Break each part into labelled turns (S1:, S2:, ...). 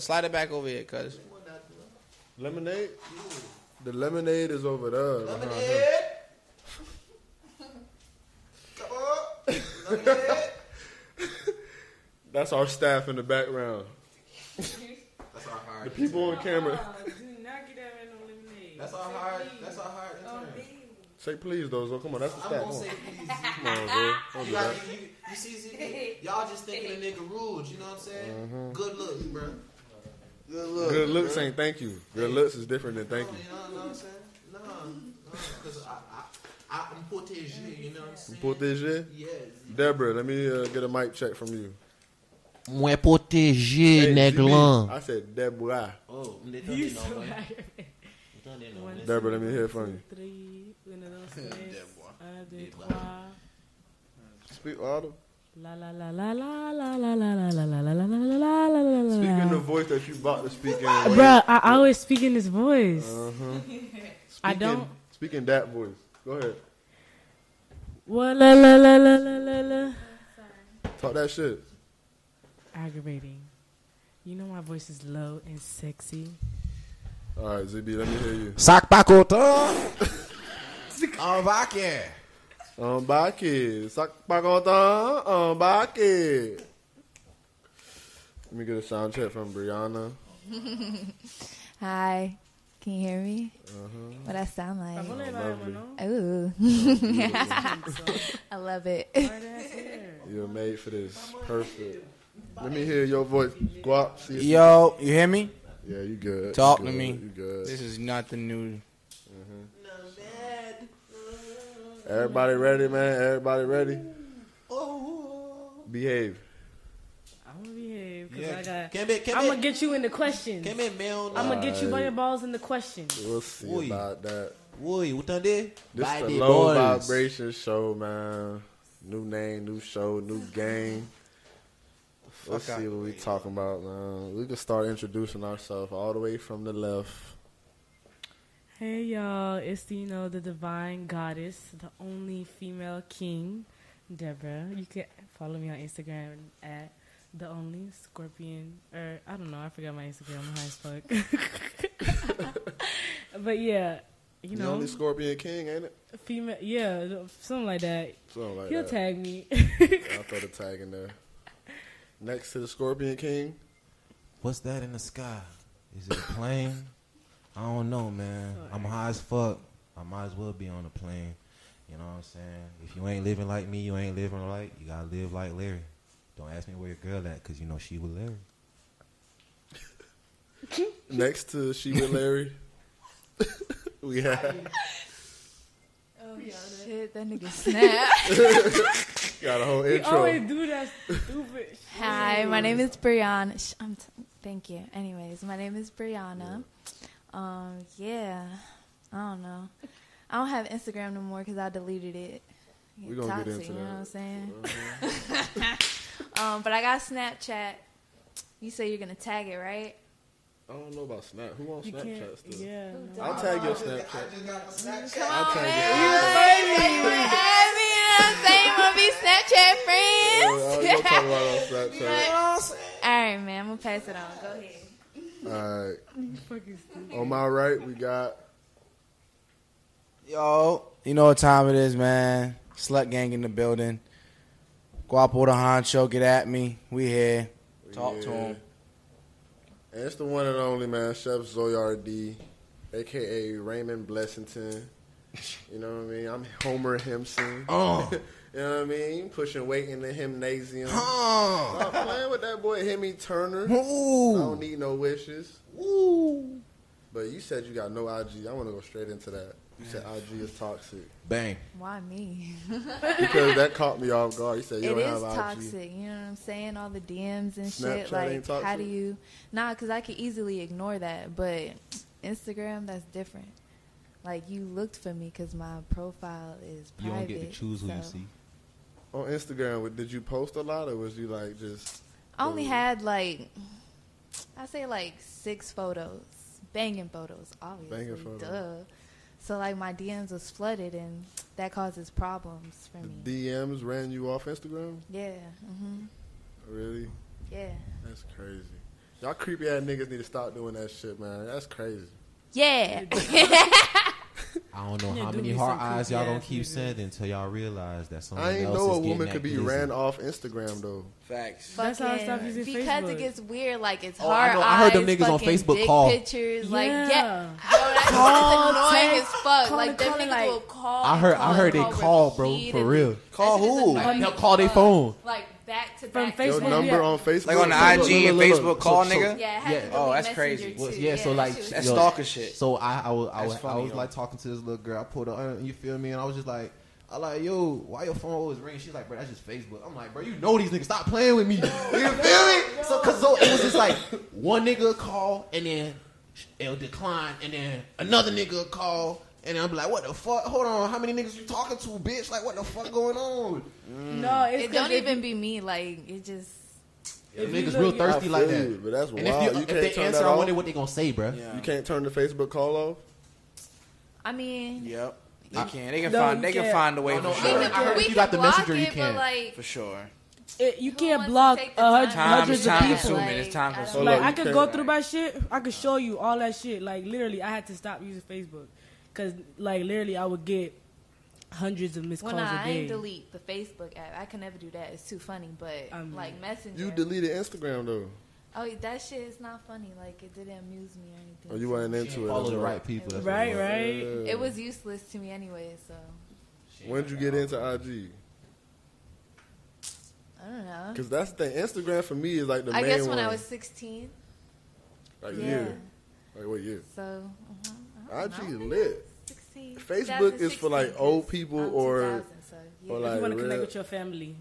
S1: Slide it back over here, cuz.
S2: Lemonade? The lemonade is over there. behind her.
S1: Uh-huh.
S3: Lemonade. Come on. Lemonade.
S2: That's our staff in the background.
S3: That's our hard.
S2: The people on camera.
S4: Uh-uh, do not get that man no lemonade.
S3: That's our hard. That's our hard. intern.
S2: Say please, though. So come on, that's the
S3: I'm
S2: staff.
S3: gonna say please.
S2: Come on, bro. Don't
S3: You, gotta,
S2: do that.
S3: you, you see, y'all just thinking a nigga rules. You know what I'm saying? Good looks, bro. Good looks.
S2: Good looks ain't thank you. Good looks is different than
S3: No,
S2: thank you.
S3: You know, know what I'm saying? Nah, nah, because I, I, I, I'm protégé. You know what I'm saying?
S2: Protégé?
S3: Yes.
S2: Deborah, let me uh, get a mic check from you.
S3: Moins protégé,
S2: Hey, she did. I said Deborah.
S3: Oh, they turned
S4: You
S3: it
S4: so
S3: on.
S4: high.
S3: They turned it
S4: One,
S3: on.
S2: That- Deborah, let me hear from
S4: two,
S2: you.
S4: Three, une, deux,
S3: Yeah,
S4: tres,
S3: boy.
S4: un, deux,
S3: Yeah, boy.
S4: trois.
S2: Speak audible.
S4: La la la la la la la la la la la la la la la la la la.
S2: Speak in the voice that you about to speak in.
S4: Uh. Bruh, I always speak in this voice.
S2: Uh-huh.
S4: I
S2: Speak in-
S4: don't-
S2: Speak in that voice. Go ahead.
S4: Wa la la la la la la la.
S2: Talk that shit.
S4: Aggravating. You know my voice is low and sexy.
S2: All right, ZB, let me hear you.
S3: Sac pacotão. I'm back here.
S2: Um, Baki. Sak pakota. Um, Baki. Let me get a sound check from Brianna.
S5: Hi, can you hear me?
S2: Uh-huh.
S5: What I sound
S4: Oh,
S5: like? Ooh, I love it.
S2: You're made for this. Perfect. Let me hear your voice. Guap. See if-
S1: Yo, you hear me?
S2: Yeah, you good.
S1: Talk to
S2: You good.
S1: me.
S2: You good.
S1: This is nothing new.
S2: Everybody ready, man? Everybody ready?
S3: Oh.
S2: Behave.
S4: I'm gonna behave because I
S3: Yeah.
S4: got.
S3: Can be, can
S4: I'm gonna
S3: be,
S4: get you in the questions.
S3: can be male.
S4: I'm gonna get you by
S2: Alright.
S4: your balls in the questions.
S2: We'll see
S3: Oi.
S2: about that.
S3: Oi, what done did?
S2: This
S3: By
S2: the
S3: the
S2: low
S3: boys.
S2: vibration show, man. New name, new show, new game. Let's
S1: Fuck
S2: see
S1: out
S2: what we
S1: the way.
S2: talking about, man. We can start introducing ourselves all the way from the left.
S4: Hey y'all, it's the, you know the divine goddess, the only female king, Deborah. You can follow me on Instagram at the only scorpion or I don't know, I forgot my Instagram. I'm high as fuck. but yeah, you
S2: You
S4: know,
S2: only Scorpion King, ain't it?
S4: female, yeah, something like that.
S2: Something like
S4: He'll
S2: that.
S4: tag me.
S2: I'll throw the tag in there. Next to the Scorpion King,
S6: What's that in the sky? Is it a plane? I don't know, man. I'm high as fuck. I might as well be on a plane. You know what I'm saying? If you ain't living like me, you ain't living right. You gotta live like Larry. Don't ask me where your girl at, cause you know she was Larry.
S2: next to She with Larry, we have
S5: Oh shit, that nigga snap.
S2: got a whole
S4: we
S2: intro.
S4: always do that stupid. shit.
S5: Hi, my name is Brianna. Sh- I'm t- thank you. Anyways, my name is Brianna. Um, yeah, I don't know. I don't have Instagram no more because I deleted it.
S2: We gonna get into
S5: you know
S2: that. Uh-huh.
S5: what I'm saying? um, but I got Snapchat. You say you're gonna tag it, right?
S2: I don't know about Snap. Who on
S4: You can't,
S2: Snapchat still?
S4: yeah. no.
S2: I'll tag your Snapchat.
S5: Come on,
S2: tag you.
S5: man. You add me, you know what I'm saying? You wanna be Snapchat
S2: Yeah, I'll go talk
S5: friends?
S2: about it on Snapchat.
S5: All right, man. I'm gonna pass it on. Go ahead.
S2: All right.
S4: Fucking stupid.
S2: On my right, we got
S1: Yo, you know what time it is, man. Slut gang in the building. Guapo the honcho, get at me. We here. Talk to
S2: Yeah.
S1: him.
S2: And it's the one and only man, Chef Zoyar D, aka Raymond Blessington. You know what I mean? I'm Homer Hempson.
S6: Oh.
S2: you know what I mean? Pushing weight in the gymnasium. Stop playing with that boy Hemi Turner. I don't need no wishes. But you said you got no IG. I want to go straight into that. You said IG is toxic
S6: Bang.
S5: Why me?
S2: because that caught me off guard. You said you
S5: it
S2: don't
S5: is
S2: have IG.
S5: toxic. You know what I'm saying? All the DMs and
S2: Snapchat
S5: shit. Like,
S2: ain't
S5: how do
S2: toxic?
S5: you? Nah, because I could easily ignore that, but Instagram, that's different. Like, you looked for me because my profile is private.
S6: You don't get to choose who you
S5: so-
S6: see.
S2: On Instagram, what- did you post a lot or was you like just
S5: I only
S2: Ooh.
S5: had like, I say like six photos, banging photos, obviously.
S2: Banging photos.
S5: Duh. So like my DMs was flooded, and that causes problems for me.
S2: the DMs ran you off Instagram?
S5: yeah. hmm
S2: Really?
S5: Yeah.
S2: That's crazy. Y'all creepy ass niggas need to stop doing that shit, man. That's crazy.
S5: Yeah.
S6: I don't know
S4: Yeah,
S6: how
S4: do
S6: many
S4: me
S6: hard
S4: some
S6: eyes y'all gonna
S4: creepy-ass
S6: keep
S4: niggas.
S6: sending until y'all realize that someone
S2: I ain't
S6: else
S2: know
S6: is
S2: a
S6: getting
S2: woman
S6: that
S2: could be
S6: glizzy.
S4: Oh,
S2: ran off Instagram though.
S1: Facts.
S4: That's how I
S5: fucking-
S4: stopped using
S5: because
S4: Facebook.
S5: it gets weird. Like it's
S6: Oh, I
S5: hard.
S6: know. I heard them
S5: eyes,
S6: niggas on
S5: fucking
S6: Facebook
S5: dick
S6: call.
S5: pictures. Like
S4: Yeah.
S5: yeah, yo, that's
S1: Call,
S5: annoying
S1: text,
S5: as fuck.
S4: call
S5: like
S4: and
S5: them
S4: call
S5: niggas
S4: and, like-
S5: will call.
S6: I heard.
S5: and
S6: I heard they call, bro, for
S5: repeatedly.
S6: real.
S1: Call
S5: That shit is
S1: who?
S5: annoying
S6: They'll
S5: as
S6: call they
S5: fuck.
S6: phone.
S5: Like back to
S4: From
S5: back.
S2: Your
S4: Facebook.
S5: to
S2: number
S5: back.
S2: on Facebook,
S1: Like on the
S6: Look, look,
S1: IG and
S6: look, look,
S1: Facebook
S6: look.
S1: call,
S6: So- so-
S1: nigga.
S5: Yeah, it had
S6: Yeah.
S5: to
S1: Oh,
S5: be
S1: that's
S5: Messenger,
S1: crazy.
S5: too.
S6: Well, yeah, so
S5: that
S6: like
S5: shit was
S1: That's
S6: yo,
S1: stalker shit.
S6: So I I was, I
S1: That's
S6: was, I
S1: funny,
S6: was
S1: yo.
S6: like talking to this little girl. I pulled her, uh, you feel me? And I was just like, I like yo, why your phone always ringing? She's like, bro, that's just Facebook. I'm like, bro, you know these niggas. Stop playing with me. You feel me? So cause so it was just like one nigga call and then it'll decline and then another nigga call. And I'm like, what the fuck? Hold on, how many niggas you talking to, bitch? Like, what the fuck going on?
S4: No, it's
S5: Mm. It don't
S4: 'cause if-
S5: even be me. Like it just.
S6: Yeah,
S4: If you
S6: niggas
S4: look-
S6: real thirsty
S2: I feel
S6: like that.
S2: you, but that's
S6: and
S2: wild.
S6: if,
S2: You
S6: you,
S2: can't
S6: if they
S2: turn
S6: answer,
S2: that
S6: I
S2: off?
S6: wonder what they gonna say, bro.
S2: You
S1: Yeah.
S2: can't turn the Facebook call off.
S5: I mean,
S1: Yep. They can. They can
S4: No,
S1: find.
S4: you
S1: They can
S4: can't.
S1: find a way
S6: No,
S1: for
S5: we
S6: I
S1: sure.
S6: heard-
S5: can,
S6: I heard
S5: we
S6: if you
S5: can
S6: got the
S5: block
S6: messenger, you
S5: it,
S6: can't.
S5: But like,
S1: For sure.
S4: it- you
S5: who
S4: can't
S5: wants to
S4: block
S5: take the
S4: uh, hun-
S5: time
S1: Time
S5: to
S1: is
S4: hundreds of
S5: do that?
S1: time
S4: people.
S1: consuming. It's time
S5: Like, I don't
S1: consuming.
S2: know.
S4: Like
S2: Hold
S4: I
S2: on, you
S4: could
S2: can't-
S4: go through my shit. I could show you all that shit. Like literally, I had to stop using Facebook because like literally, I would get hundreds of missed
S5: Well,
S4: calls
S5: nah,
S4: a
S5: I
S4: day.
S5: ain't delete the Facebook app. I can never do that. It's too funny. But
S4: I mean-
S5: like Messenger,
S2: You deleted Instagram though,
S5: oh that shit is not funny. Like it didn't amuse me or anything.
S2: or Oh, you wasn't
S6: She
S2: into
S6: ain't
S2: it.
S6: Follow the
S2: that's
S6: right people. that's what it
S4: right,
S6: was.
S4: right.
S1: uh,
S2: Yeah.
S5: It was useless to me anyway. So
S2: When'd you get into IG?
S5: I don't know.
S2: Because that's the thing. Instagram for me is like the
S5: I
S2: main
S5: guess when
S2: one.
S5: I was 16.
S2: like
S5: yeah.
S2: year, like what year?
S5: So mhm, I don't
S2: IG
S5: know.
S2: lit.
S5: 16.
S2: Facebook is for, like,
S5: 2016,
S2: old people
S5: I'm
S2: or-
S5: 2000, so, yeah.
S2: or,
S4: If you
S2: Like,
S4: want to
S2: real-
S4: connect with your family,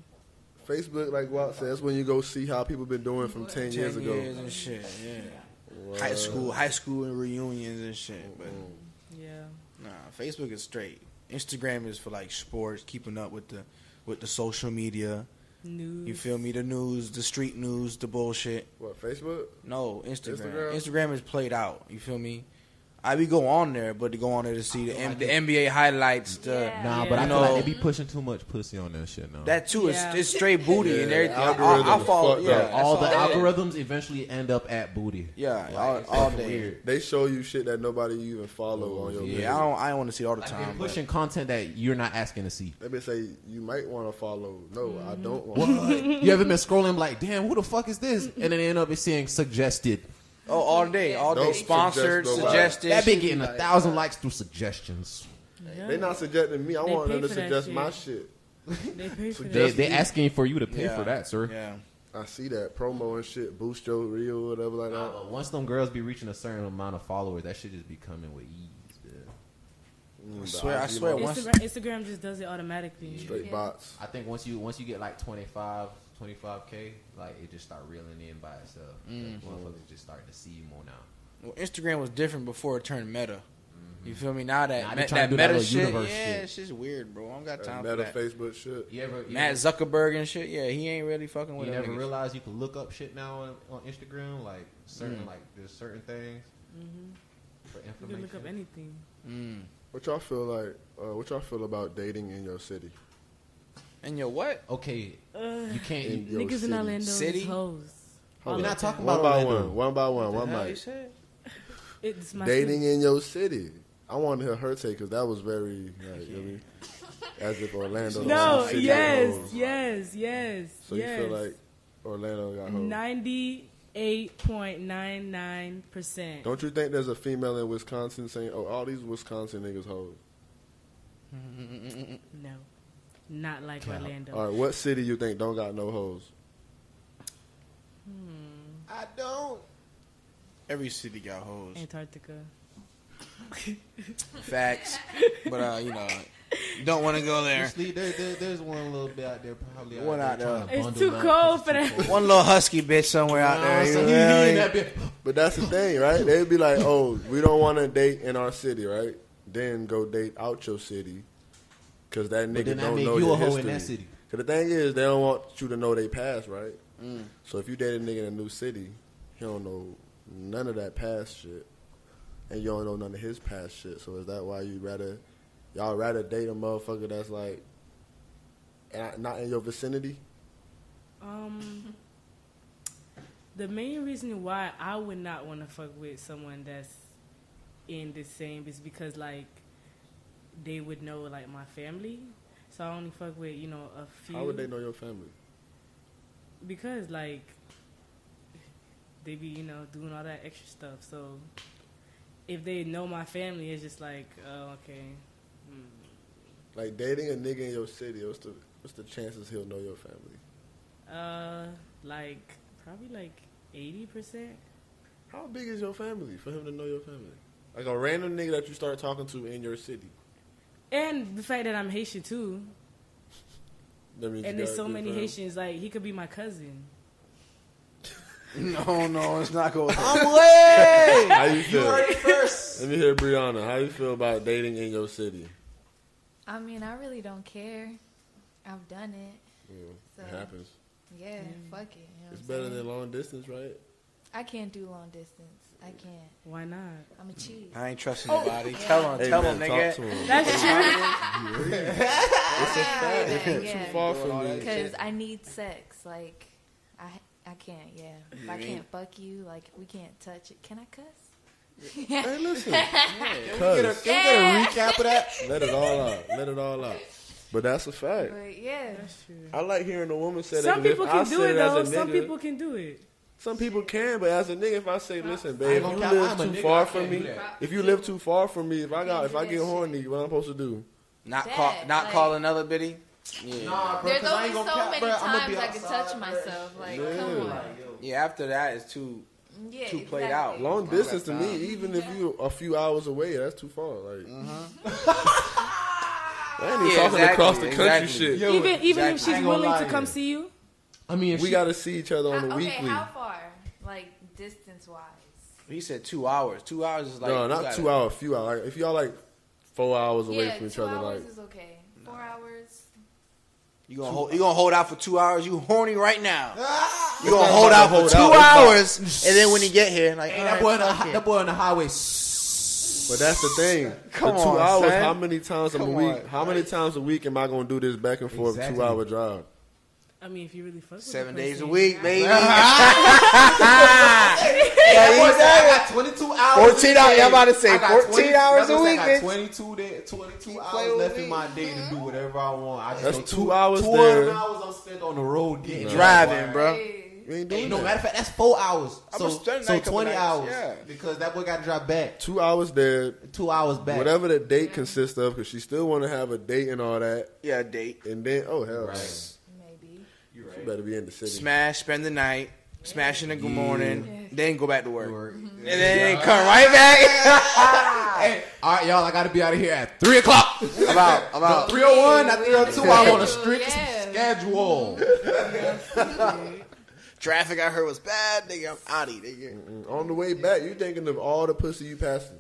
S2: Facebook, like Walt said, that's when you go see how people been doing from ten,
S1: Ten
S2: years ago.
S1: and shit. Yeah. High school, high school and reunions and shit. But
S6: Mm-hmm.
S4: yeah.
S1: nah, Facebook is straight. Instagram is for like sports, keeping up with the with the social media.
S4: News.
S1: You feel me? The news, the street news, the bullshit.
S2: What Facebook?
S1: No, Instagram.
S2: Instagram?
S1: Instagram, is played out. You feel me? I be go on there, but to go on there to see the, M- the NBA highlights, the
S5: Yeah.
S6: Nah,
S4: Yeah.
S6: but I
S1: You
S6: feel
S1: know-
S6: like they be pushing too much pussy on that shit now.
S1: that too. It's,
S4: Yeah.
S1: it's straight booty and
S2: Yeah,
S1: everything. I,
S2: algorithm
S1: I, I
S2: is
S1: follow.
S2: fucked
S1: Yeah,
S2: up.
S1: that's
S6: all the
S1: it is.
S6: algorithms eventually end up at booty.
S1: Yeah,
S6: Like,
S1: all,
S6: it's
S1: all day.
S6: fucking weird.
S2: They show you shit that nobody even follow on your.
S6: Yeah,
S2: list.
S1: Yeah, I don't. I don't want to see it all the
S6: Like, they're
S1: time. but-
S6: pushing content that you're not asking to see.
S2: They been say you might want to follow. No, I
S1: Mm-hmm.
S2: don't
S6: What?
S2: want. to
S6: you ever been scrolling like, damn, who the fuck is this? And then they end up seeing suggested.
S1: Oh, all day, all day.
S2: Don't
S1: Sponsored,
S2: suggest nobody.
S1: suggested.
S6: That been getting a thousand likes through suggestions.
S4: Yeah.
S2: They not suggesting me. I
S4: They
S2: want them
S4: pay
S2: to
S4: for that
S2: suggest
S4: shit.
S2: my shit.
S4: They pay for
S6: They
S4: that.
S2: Suggested.
S6: they asking for you to pay
S1: Yeah.
S6: for that, sir.
S1: Yeah,
S2: I see that promo and shit. Boost your reel, or whatever like
S6: Nah,
S2: that.
S1: Oh,
S6: but once them girls be reaching a certain amount of followers, that shit just be coming with ease. Man.
S2: Mm,
S1: I
S2: the
S1: swear- I
S2: IG
S1: swear
S2: logo.
S1: once-
S4: Instagram, Instagram just does it automatically.
S2: Straight
S5: Yeah.
S2: bots.
S6: I think once you once you get like 25, 25 k, like it just start reeling in by itself. Like,
S1: Mm-hmm.
S6: motherfuckers just starting to see you more now.
S1: well, Instagram was different before it turned meta. You feel me? Now that
S6: Mm-hmm. Now they
S1: me-
S6: trying
S1: that
S6: to do that
S1: meta
S6: little
S1: shit, yeah,
S6: universe shit.
S1: it's just weird, bro. I don't got
S2: That
S1: time
S2: meta
S1: for that.
S2: Facebook shit.
S6: You ever you
S1: Matt
S6: ever-
S1: Zuckerberg and shit, yeah, he ain't really fucking with
S6: You
S1: them
S6: never
S1: niggas.
S6: realize you can look up shit now on, on Instagram, like certain
S1: Mm.
S6: like there's certain things for
S4: Mm-hmm. You can look up
S6: information.
S4: anything.
S1: Mm.
S2: What y'all feel like? Uh, what y'all feel about dating in your city?
S1: And your what?
S6: Okay,
S4: Ugh.
S6: you can't.
S2: In-
S6: You,
S2: Yo,
S4: Niggas in
S2: city.
S4: Orlando
S1: City?
S4: is hoes.
S6: we're not talking
S2: One
S6: about
S2: by
S6: Orlando.
S2: one. One by one. One
S1: Hell, you
S2: mic.
S1: said?
S4: It's my
S2: Dating in your city. I want to hear her take because that was very like, you know, as if Orlando. was
S4: No,
S2: some city
S4: yes,
S2: hoes.
S4: yes, yes,
S2: So
S4: yes.
S2: you feel like Orlando got hoes?
S4: Ninety-eight point nine nine percent.
S2: Don't you think there's a female in Wisconsin saying, "Oh, all these Wisconsin niggas hoes"?
S4: No, not like
S6: Yeah.
S4: Orlando.
S2: All right, what city you think don't got no hoes?
S6: I don't.
S1: Every city got hoes.
S4: Antarctica.
S1: Facts. but uh, you know, don't want to go there.
S6: Actually, there, there, there's one little bit out there probably.
S1: One out
S6: out there
S1: there.
S6: trying to
S4: It's
S6: bundle
S4: too
S6: up 'cause
S4: cold
S6: it's
S4: for
S6: too
S4: that.
S6: cold.
S1: One little husky bitch somewhere out
S6: Nah,
S1: there. You
S6: so
S1: know
S6: he- he
S1: what I
S6: in
S1: mean?
S6: that bit.
S2: But that's the thing, right? They'd be like, "Oh, we don't want to date in our city, right?" Then go date out your city, because that
S6: But
S2: nigga
S6: then I
S2: don't
S6: make
S2: know
S6: you
S2: your
S6: a hoe in
S2: history.
S6: that city.
S2: Cause the thing is, they don't want you to know they past, right? So if you date a nigga in a new city, he don't know none of that past shit, and you don't know none of his past shit. So is that why you rather y'all rather date a motherfucker that's like not- not in your vicinity?
S4: Um, the main reason why I would not want to fuck with someone that's in the same is because like they would know like my family, so I only fuck with you know a few.
S2: How would they know your family?
S4: Because like they be you know doing all that extra stuff, so if they know my family, it's just like oh okay. Hmm.
S2: Like dating a nigga in your city, what's the what's the chances he'll know your family?
S4: Uh, like probably like eighty percent.
S2: How big is your family for him to know your family? Like a random nigga that you start talking to in your city.
S4: And the fact that I'm Haitian too,
S2: That means
S4: and
S2: you
S4: there's
S2: got a
S4: so
S2: good
S4: many
S2: fam.
S4: Haitians. Like he could be my cousin.
S1: No, no, it's not going. to
S2: How you feel?
S3: Heard it first.
S2: Let me hear Brianna. How you feel about dating in your city?
S5: I mean, I really don't care. I've done it. So-
S2: it happens.
S5: Yeah, fuck it. You know
S2: It's
S5: what I'm
S2: better
S5: saying?
S2: than long distance, right?
S5: I can't do long distance. I can't.
S4: Why not?
S5: I'm a
S2: Mm.
S5: cheat.
S1: I ain't trusting nobody. Tell him, tell him, nigga.
S2: him.
S4: That's true.
S2: It's a fact. If you're
S5: Yeah.
S2: too far from
S1: Doing all
S2: me,
S1: that.
S5: Because I need sex. Like, I I can't. Yeah. If I can't fuck you, like we can't touch it. Can I cuss?
S2: hey, listen.
S1: Can we get a-
S2: Cuz,
S1: can we get a recap of that?
S2: let it all out. Let it all out. But that's a fact.
S5: But yeah,
S2: I like hearing a woman say that.
S4: Some
S2: 'cause if
S4: people
S2: I
S4: can do
S2: said
S4: it
S2: as a
S4: though. Some
S2: nigga-
S4: people can do it.
S2: Some people can, but as a nigga, if I say, "Listen, babe, if
S6: gonna
S2: you
S6: lie,
S2: live
S6: I'm a
S2: too
S6: nigga,
S2: far
S6: I
S2: from
S6: can't do
S2: me,
S6: that.
S2: if you live too far from me, if I got,
S5: Can't
S2: if
S5: do
S2: I
S5: that
S2: get
S5: shit.
S2: horny, what I'm supposed to do?
S1: Not
S5: Dad,
S1: call, not
S5: like-
S1: call another biddy. Yeah,
S3: Nah, bro.
S5: there's
S3: 'cause I
S5: only
S3: ain't
S5: so
S3: gonna cap,
S5: many
S3: bro. I'ma
S5: times
S3: be
S5: I can
S3: outside,
S5: touch
S3: bro.
S5: myself. Like,
S2: Yeah.
S5: come on.
S3: Like, yo.
S1: yeah. After that, it's too.
S5: Yeah,
S1: Too played
S5: exactly.
S1: out.
S2: Long
S1: Wow.
S2: distance to me, even if you a few hours away, that's too far. Like,
S1: Mm-hmm.
S2: I ain't even
S1: Yeah,
S2: talking
S1: exactly,
S2: across the country
S1: exactly.
S2: shit.
S1: Yo,
S4: even even if
S1: exactly.
S4: she's
S1: I ain't
S4: willing
S1: gonna
S4: to
S1: lie.
S4: come see you,
S6: I mean, if
S2: We
S6: she-
S2: got to see each other on the
S5: How- okay,
S2: weekly.
S5: how far? Like distance wise.
S1: He said two hours. Two hours is like
S2: no,
S1: you
S2: not
S1: gotta-
S2: two hours, a few hours. Like, if y'all like four hours away
S5: yeah,
S2: from each
S5: two
S2: other,
S5: hours
S2: like
S5: is okay. Four hours.
S1: You gonna hold, you gonna hold out for two hours? You horny right now?
S6: Ah!
S1: You
S2: It's
S1: gonna
S2: not
S1: hold
S2: about
S1: out for
S2: hold
S1: two
S2: out, it's about-
S1: hours, and then when you get here, like
S6: Hey,
S1: all
S6: that
S1: right,
S6: boy, on the,
S1: fuck
S6: hi-
S1: it.
S6: that boy on the highway.
S2: But that's the thing.
S1: Come
S2: the two
S1: on,
S2: hours.
S1: son.
S2: How many times a
S1: Come
S2: week?
S1: on,
S2: how many times a week am I gonna do this back and forth
S6: Exactly.
S2: two hour drive?
S4: I mean, if you really fuck with
S1: seven
S4: the
S1: days a
S4: person-
S1: week, baby.
S6: That boy said,
S1: exactly.
S6: I got 22 hours.
S1: 14
S6: in the
S1: hours,
S6: day.
S1: y'all about to say
S6: I got
S1: 14 hours a
S6: that's what I said, I
S1: week,
S6: got 22, day, 22
S1: playing
S6: hours
S1: with
S6: left
S1: me.
S6: in my day to do whatever I want. I just
S2: That's
S6: know
S2: two hours
S6: two
S2: there.
S6: hours I'm spent on the road getting
S1: Driving,
S6: bro.
S1: bro.
S5: Hey.
S2: You ain't doing
S6: Hey, no
S2: that.
S6: matter of fact, that's four hours.
S1: I'm
S6: So,
S1: gonna spend
S6: so
S1: like a couple
S6: 20
S1: nights,
S6: hours
S1: yeah.
S6: because that boy got to drive back.
S2: Two hours there.
S6: Two hours back.
S2: Whatever the date consists of, because she still want to have a date and all that.
S1: Yeah, date.
S2: And then, oh hell,
S6: Right.
S5: Maybe.
S6: You
S2: she
S6: right.
S2: better be in the city.
S1: Smash, spend the night, smash in the good morning, then go back to work,
S6: Work.
S1: and then come right back.
S6: Hey, all right, y'all. I gotta be out of here at three o'clock.
S1: I'm out. I'm out.
S6: Three o one, not three o two. I want a strict
S5: Yeah.
S6: schedule.
S1: Traffic I heard was bad, nigga. I'm outie, nigga.
S2: Mm-mm. On the way back, you thinking of all the pussy you passing.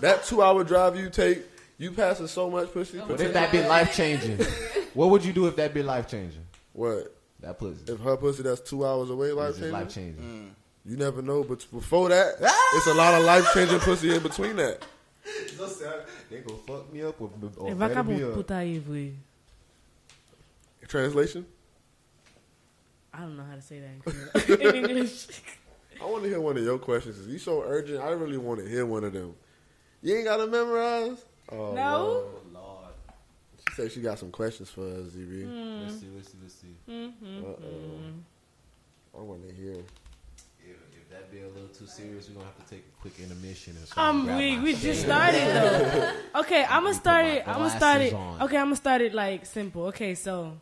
S2: that two hour drive you take, you passing so much pussy.
S6: What if that be life changing? What would you do if that be life changing?
S2: What
S6: That pussy.
S2: if her pussy that's two hours away? Life
S6: It's
S2: changing.
S6: life changing.
S4: Mm.
S2: You never know, but before that, it's a lot of life changing pussy in between that.
S6: They gonna fuck me up or, or
S4: If I
S6: better
S4: come
S6: me
S4: with
S6: up.
S4: puta Ivry,
S2: Translation?
S4: I don't know how to say that in Creole- in English.
S2: I want to hear one of your questions. 'cause You so urgent. I really want to hear one of them. You ain't got to memorize. Oh, Lord.
S4: No.
S6: Lord.
S2: She said she got some questions for us, ZB.
S4: Mm.
S6: Let's see. Let's see. Let's see.
S4: Mhm.
S2: Uh oh. I want to hear.
S6: If, if that be a little too serious, we're gonna have to take a quick intermission. And so
S4: I'm weak. Um, We just started though. Okay, I'm gonna
S6: put
S4: start
S6: my
S4: it. I'm gonna start
S6: glasses
S4: it.
S6: on.
S4: Okay, I'm gonna start it like simple. Okay, so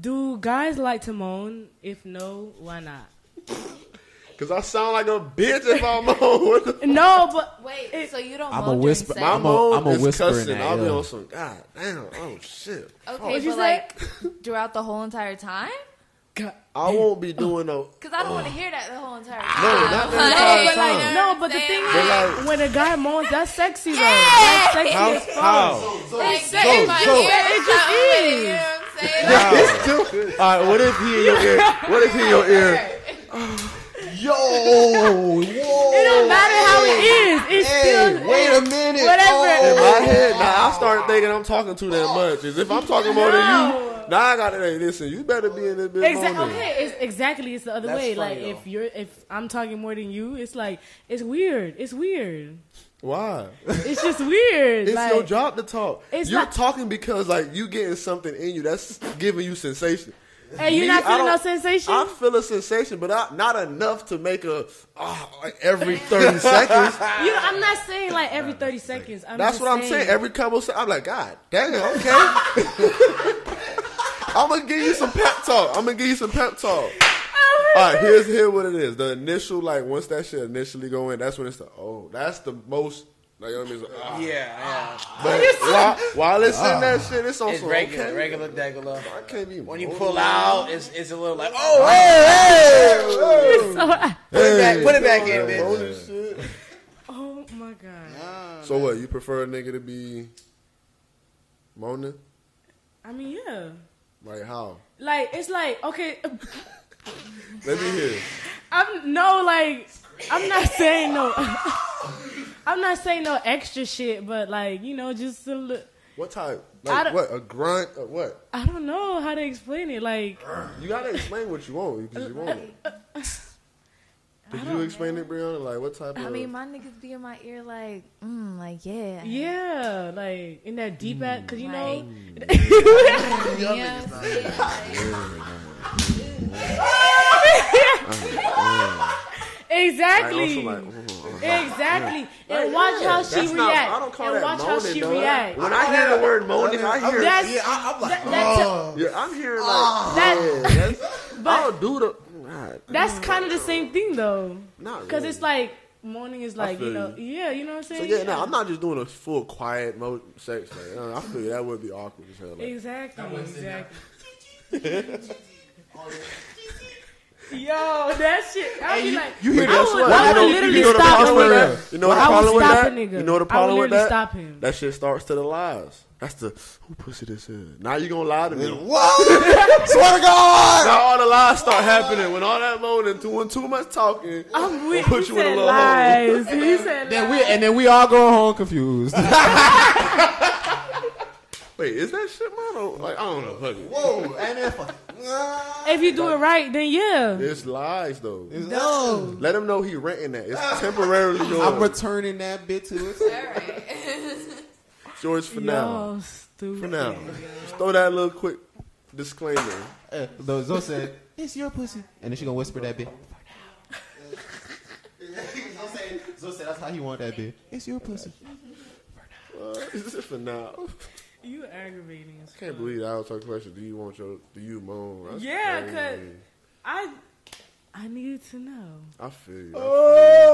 S4: do guys like to moan? If no, why not?
S2: Because I sound like a bitch if I'm on. What the
S4: No, but
S5: Wait,
S4: It-
S5: so you don't
S6: I'm a
S5: moan during
S6: whisper-
S5: sex?
S2: My
S6: I'm a-
S2: moan
S6: I'm a
S2: is
S6: whisper in
S2: cussing.
S6: that,
S2: I'll be
S6: yeah.
S2: on some. God damn. Oh, shit.
S5: Okay,
S4: What'd you
S5: but
S4: say?
S5: like throughout the whole entire time?
S2: I won't be doing no.
S5: Because I don't want to hear that the whole
S2: No,
S5: entire time.
S2: not the
S5: Like,
S2: entire
S4: Oh, but
S2: time.
S4: like no, but the thing
S5: But
S4: is,
S2: like-
S4: when a guy moans, that's sexy though. That's sexy
S2: How?
S4: as fuck.
S2: How?
S5: Like,
S2: Go,
S5: if I
S2: go.
S5: hear
S4: It just
S5: something with it,
S4: is.
S5: You know what I'm saying?
S2: How? All right, what if he in your ear? What if he in your ear?
S6: Yo, whoa.
S4: It don't matter how it is. It's
S6: Hey,
S4: still
S6: wait a minute.
S4: whatever.
S2: In
S6: Oh.
S2: my head, nah, I start thinking I'm talking too that much. Is if I'm talking more than you, now I gotta hey, listen. You better be in this bitch. more
S4: Exactly.
S2: than-
S4: Okay. It's exactly. It's the other
S3: That's
S4: way.
S3: funny,
S4: Like if
S3: though.
S4: you're, if I'm talking more than you, it's like it's weird. It's weird.
S2: Why?
S4: It's just weird.
S2: It's
S4: like,
S2: your job to talk.
S4: It's
S2: You're
S4: not-
S2: talking because like you getting something in you that's giving you sensation.
S4: And you're
S2: Me,
S4: not
S2: I
S4: feeling no
S2: don't-
S4: sensation.
S2: I feel a sensation, but I, not enough to make a ah, like every thirty seconds.
S4: you know, I'm not saying like every 30 seconds. I'm
S2: That's
S4: just
S2: what I'm saying. Every couple, se- I'm like, God damn, okay. I'm gonna give you some pep talk. I'm gonna give you some pep talk. All right, here's here what it is. The initial, like, once that shit initially go in, that's when it's the oh, that's the most. Like, you know what I mean? It's like, ah.
S3: Yeah,
S2: But while, while it's in that shit, it's
S3: yeah.
S2: also
S3: It's regular,
S2: okay.
S3: regular, regular.
S2: I can't be.
S3: When you
S2: bold.
S3: pull out, it's, it's a little like, oh, hey,
S2: hey, hey,
S3: put it back, put it back in, bitch.
S2: bold and shit.
S4: Oh my god.
S2: So what? You prefer a nigga to be moaning?
S4: I mean, yeah.
S2: Like how?
S4: Like it's like okay.
S2: Let me hear.
S4: I'm no like I'm not saying no. I'm not saying no extra shit, but like you know, just a li-
S2: What type?
S4: I
S2: Like
S4: don't-
S2: what? A grunt? Or what?
S4: I don't know how to explain it. Like
S2: You gotta explain what you want because you want it. Did you explain it, Brianna? Like what type
S5: I
S2: of?
S5: mean, my niggas be in my ear like, mm, like yeah,
S4: yeah, like in that deep ass because you know
S5: yeah.
S2: Like,
S4: exactly.
S2: also like, mm, mm.
S4: Exactly, and watch how she
S2: That's
S4: react,
S2: not- I don't call
S4: and
S2: that
S4: watch how
S2: moaning,
S4: she
S2: though.
S4: react.
S2: When I hear the word moaning, I oh. hear.
S4: That's
S6: Yeah, I, I'm like,
S4: that, that te-
S2: Yeah, I'm hearing like.
S4: that-
S2: yeah, that's,
S4: but-
S2: I don't do the. God,
S4: that's kind of the same thing though,
S2: not
S4: because
S2: really.
S4: it's like moaning is like you
S2: feel
S4: know, yeah, you know what I'm
S2: So
S4: saying.
S2: yeah, no, I'm not just doing a full quiet mo sex. Like, you know, I feel that would be awkward as hell. Like,
S4: Exactly. Exactly. Yo, that shit. I'd be like,
S2: you hear
S4: I
S2: that's
S4: would,
S2: what?
S4: I
S2: you
S4: would
S2: know,
S4: literally
S2: you know the
S4: stop
S2: problem with
S4: a nigga.
S2: that. You know the
S4: I
S2: problem
S4: would
S2: with
S4: stop
S2: that.
S4: a nigga.
S2: You know the
S4: I
S2: problem
S4: would
S2: with that.
S4: literally stop him.
S2: That shit starts to the lies. That's the who pussy this is. Now you gonna lie to me.
S6: Whoa! Swear to God!
S2: Now all the lies start happening when all that moaning, doing too much talking.
S4: I'm with
S2: put
S4: he
S2: you in a
S4: said
S2: little
S4: lies. He said lies.
S6: Then we, and then we all go home confused.
S2: Wait, is that shit mono? Like I don't know. Fuck it.
S3: Whoa, and if I-
S4: If you do it right, then yeah.
S2: It's lies though.
S6: no.
S2: Let him know he renting that. It's temporarily
S6: I'm
S2: yours.
S6: returning that bit to it.
S2: It's yours for now.
S4: Y'all stupid.
S2: For now. Just throw that little quick disclaimer.
S6: Uh, Though Zoe said, "It's your pussy," and then she gonna whisper that bit. Zoe said, Zoe said, "That's how he want that bit. It's your pussy."
S2: What? Is this for now? I
S4: You aggravating as
S2: can't
S4: fuck.
S2: believe I was talking question. Do you want your? Do you moan? That's
S4: Yeah, 'cause-
S2: crazy.
S4: I I needed to know.
S2: I feel you. I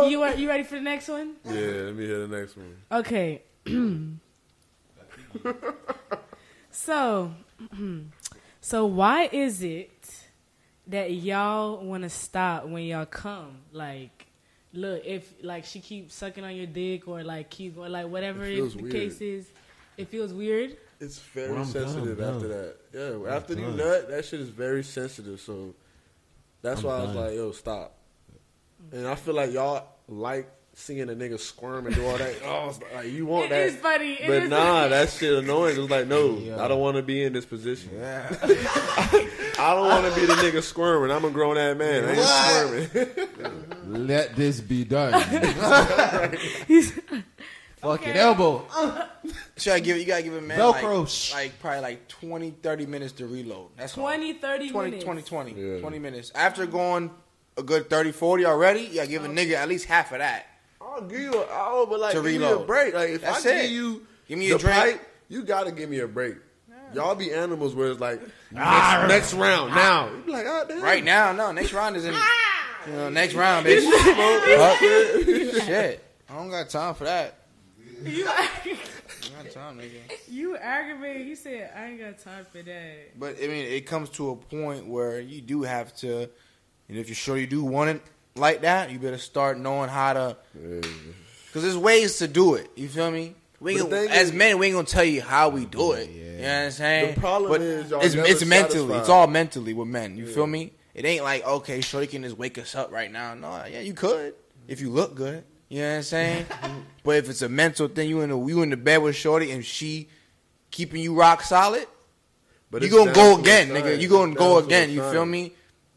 S2: feel
S4: You are you ready for the next one?
S2: you. Yeah, let me hear the next one.
S4: Okay. so, so why is it that y'all want to stop when y'all come? Like, look, if like she keeps sucking on your dick or like keep going, like whatever
S2: It
S4: it
S2: feels
S4: the
S2: weird.
S4: case is, it feels weird.
S2: It's very
S6: Well, I'm
S2: sensitive
S6: done, I'm
S2: after
S6: done.
S2: that. Yeah, after you
S6: done.
S2: nut, that shit is very sensitive. So that's
S6: I'm
S2: why I was
S6: done.
S2: like, yo, stop. And I feel like y'all like seeing a nigga squirm and do all that. oh, it's like you
S4: It
S2: want
S4: is
S2: that.
S4: funny. It
S2: but
S4: is-
S2: nah, that shit annoying. It's like, no,
S6: Yeah.
S2: I don't want to be in this position.
S6: Yeah.
S2: I don't want to be the nigga squirming. I'm a grown ass man. I ain't
S6: What?
S2: squirming.
S6: Let this be done.
S4: He's-
S6: Fucking
S4: Okay.
S6: elbow.
S1: You gotta give, you gotta give a man
S6: Velcro,
S1: like,
S6: shh.
S1: like probably like 20, 30 minutes to reload. That's all.
S4: 20, 30
S1: 20,
S4: minutes.
S1: 20, 20,
S2: Yeah.
S1: 20 minutes. After going a good 30, 40 already, you gotta give a nigga at least half of that.
S2: I'll give you an hour, but like
S1: To
S2: give me a
S1: reload.
S2: break. Like if
S1: That's
S2: I
S1: it.
S2: give you,
S1: Give me a
S2: the
S1: drink.
S2: pipe, you gotta give me a break. Y'all be animals where it's like next, next round now. You be like,
S7: "Ah,
S2: oh damn.
S1: Right now, no. Next round is in. You know, next round, baby. Shit. I don't got time for that.
S4: you,
S1: I don't got time, nigga.
S4: you aggravated. He said, "I ain't got time for that."
S1: But I mean, it comes to a point where you do have to, and if you're sure you do want it like that, you better start knowing how to. Because there's ways to do it. You feel me? We
S2: But
S1: ain't
S2: the
S1: gonna,
S2: thing
S1: as
S2: is-
S1: men, we ain't gonna tell you how we do it. You know what I'm saying?
S2: The problem
S1: But
S2: is y'all
S1: it's,
S2: never
S1: it's mentally.
S2: satisfied.
S1: It's all mentally with men. You feel me? It ain't like okay, shorty can just wake us up right now. No, yeah, you could if you look good. You know what I'm saying? but if it's a mental thing, you in the you in the bed with shorty and she keeping you rock solid,
S2: But
S1: you
S2: it's
S1: gonna
S2: down
S1: go
S2: to a
S1: again,
S2: science.
S1: nigga. You
S2: It's
S1: gonna go
S2: down to a
S1: again. You
S2: science.
S1: feel me?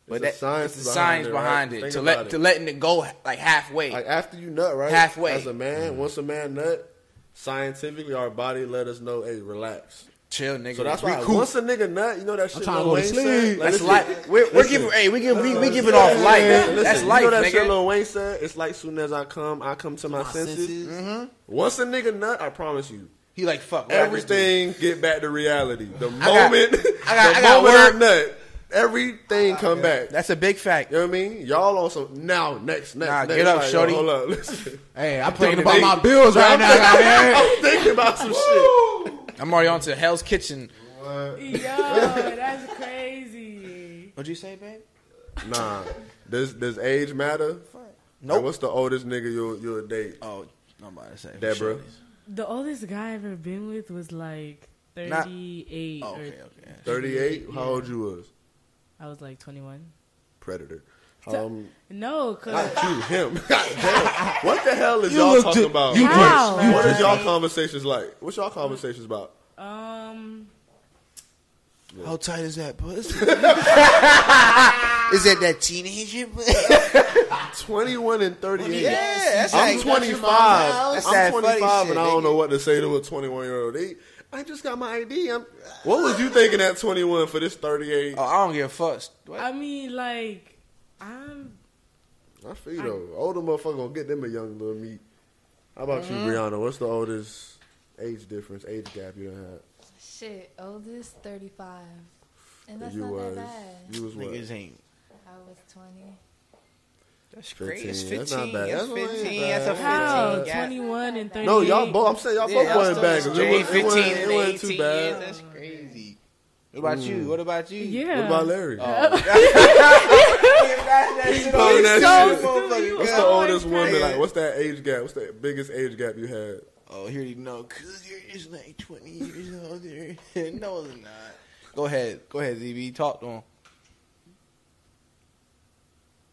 S1: But
S2: a
S1: that,
S2: science
S1: it's the
S2: behind
S1: science
S2: it, right?
S1: behind it.
S2: Think
S1: To
S2: about
S1: let
S2: it.
S1: to letting it go like halfway.
S2: Like after you nut, right?
S1: Halfway. Mm-hmm.
S2: As a man, once a man nut, scientifically our body let us know, hey, relax.
S1: Chill, nigga.
S2: So that's why
S1: Recoup.
S2: once a nigga nut, you know that shit
S7: trying to
S2: Lil
S7: go to
S2: Wayne
S7: sleep.
S2: said.
S1: That's
S2: listen-
S1: life. We're, we're
S2: listen.
S1: giving. Hey, we give. We, we giving
S2: Yeah,
S1: off life.
S2: yeah,
S1: That's
S2: yeah. Listen,
S1: life,
S2: you know that shit
S1: nigga.
S2: Lil Wayne said. It's like soon as I come, I come to my, senses. Once a nigga nut, I promise you,
S1: He like fuck. what I just did.
S2: everything get back to reality. The
S1: got-
S2: moment,
S1: I got-
S2: the
S1: I got
S2: moment I
S1: work.
S2: nut, everything come back.
S1: That's a big fact.
S2: You know what I mean? Y'all also now next next.
S1: Nah,
S2: next.
S1: get up,
S2: yo,
S1: shorty.
S2: Hold up, listen.
S7: Hey, I'm thinking
S1: Thinking
S7: about
S1: they-
S7: my bills right
S2: I'm,
S7: now.
S2: thinking,
S7: man.
S2: I'm thinking about some shit.
S1: I'm already on to Hell's Kitchen.
S4: Yo, that's crazy.
S1: What'd you say, babe?
S2: Nah, does does age matter?
S1: Nope.
S2: Like, what's the oldest nigga you'll you'll date?
S1: Oh, I'm about to say.
S2: Deborah.
S4: The oldest guy I've ever been with was like
S1: Not-
S4: 38.
S1: Oh,
S4: or-
S1: okay, okay.
S2: Thirty eight. How old you was?
S4: I was like 21.
S2: Predator. Um,
S4: No, because
S2: not you, him. God damn. What the hell is y'all
S7: look
S2: talking
S7: ju-
S2: about?
S7: you
S2: What
S5: How?
S2: is- what is
S5: Right.
S2: y'all conversations like? What's y'all conversations about?
S4: um,
S1: How tight is that pussy? is that that teenager?
S2: Twenty one and thirty eight.
S1: that's
S2: I'm
S1: like-
S2: 25.
S1: That's
S2: I'm
S1: that funny
S2: 25,
S1: shit,
S2: and I don't
S1: nigga.
S2: know what to say to a 21 year old. They, I just got my ID. I'm, what was you thinking at 21 for this 38?
S1: Oh, I don't give a fuck. What?
S4: I mean, like, I'm.
S2: I feel you though. Older motherfucker gonna get them a young little meat. How about
S1: Mm-hmm.
S2: you, Brianna? What's the oldest age difference, age gap you done had?
S5: Shit, oldest 35. And that's
S2: you
S5: not
S2: was,
S5: that bad.
S2: you was what?
S1: Niggas ain't.
S5: I was 20.
S1: That's
S2: 15.
S1: crazy. It's
S2: That's
S1: 15.
S2: not bad.
S1: That's
S2: That's not
S1: 15.
S2: bad.
S1: That's a 15.
S4: How?
S1: yeah.
S4: 21 and 38.
S2: No, y'all both. I'm saying y'all
S1: Yeah,
S2: both wasn't bad.
S1: that's
S2: 'cause
S1: still
S2: It
S1: between
S2: wasn't, it
S1: 15
S2: wasn't,
S1: and
S2: it wasn't too
S1: 18
S2: bad. Mm.
S1: years. That's crazy. What about you? What about you?
S4: Yeah.
S2: What about Larry?
S1: Oh,
S2: that
S1: so
S2: shit.
S1: stupid.
S2: What's the oldest woman? Like, what's that age gap? What's the biggest age gap you had?
S1: Oh, here you know, cause you're just like 20 years older. no, it's not. Go ahead, go ahead, ZB. Talk to him.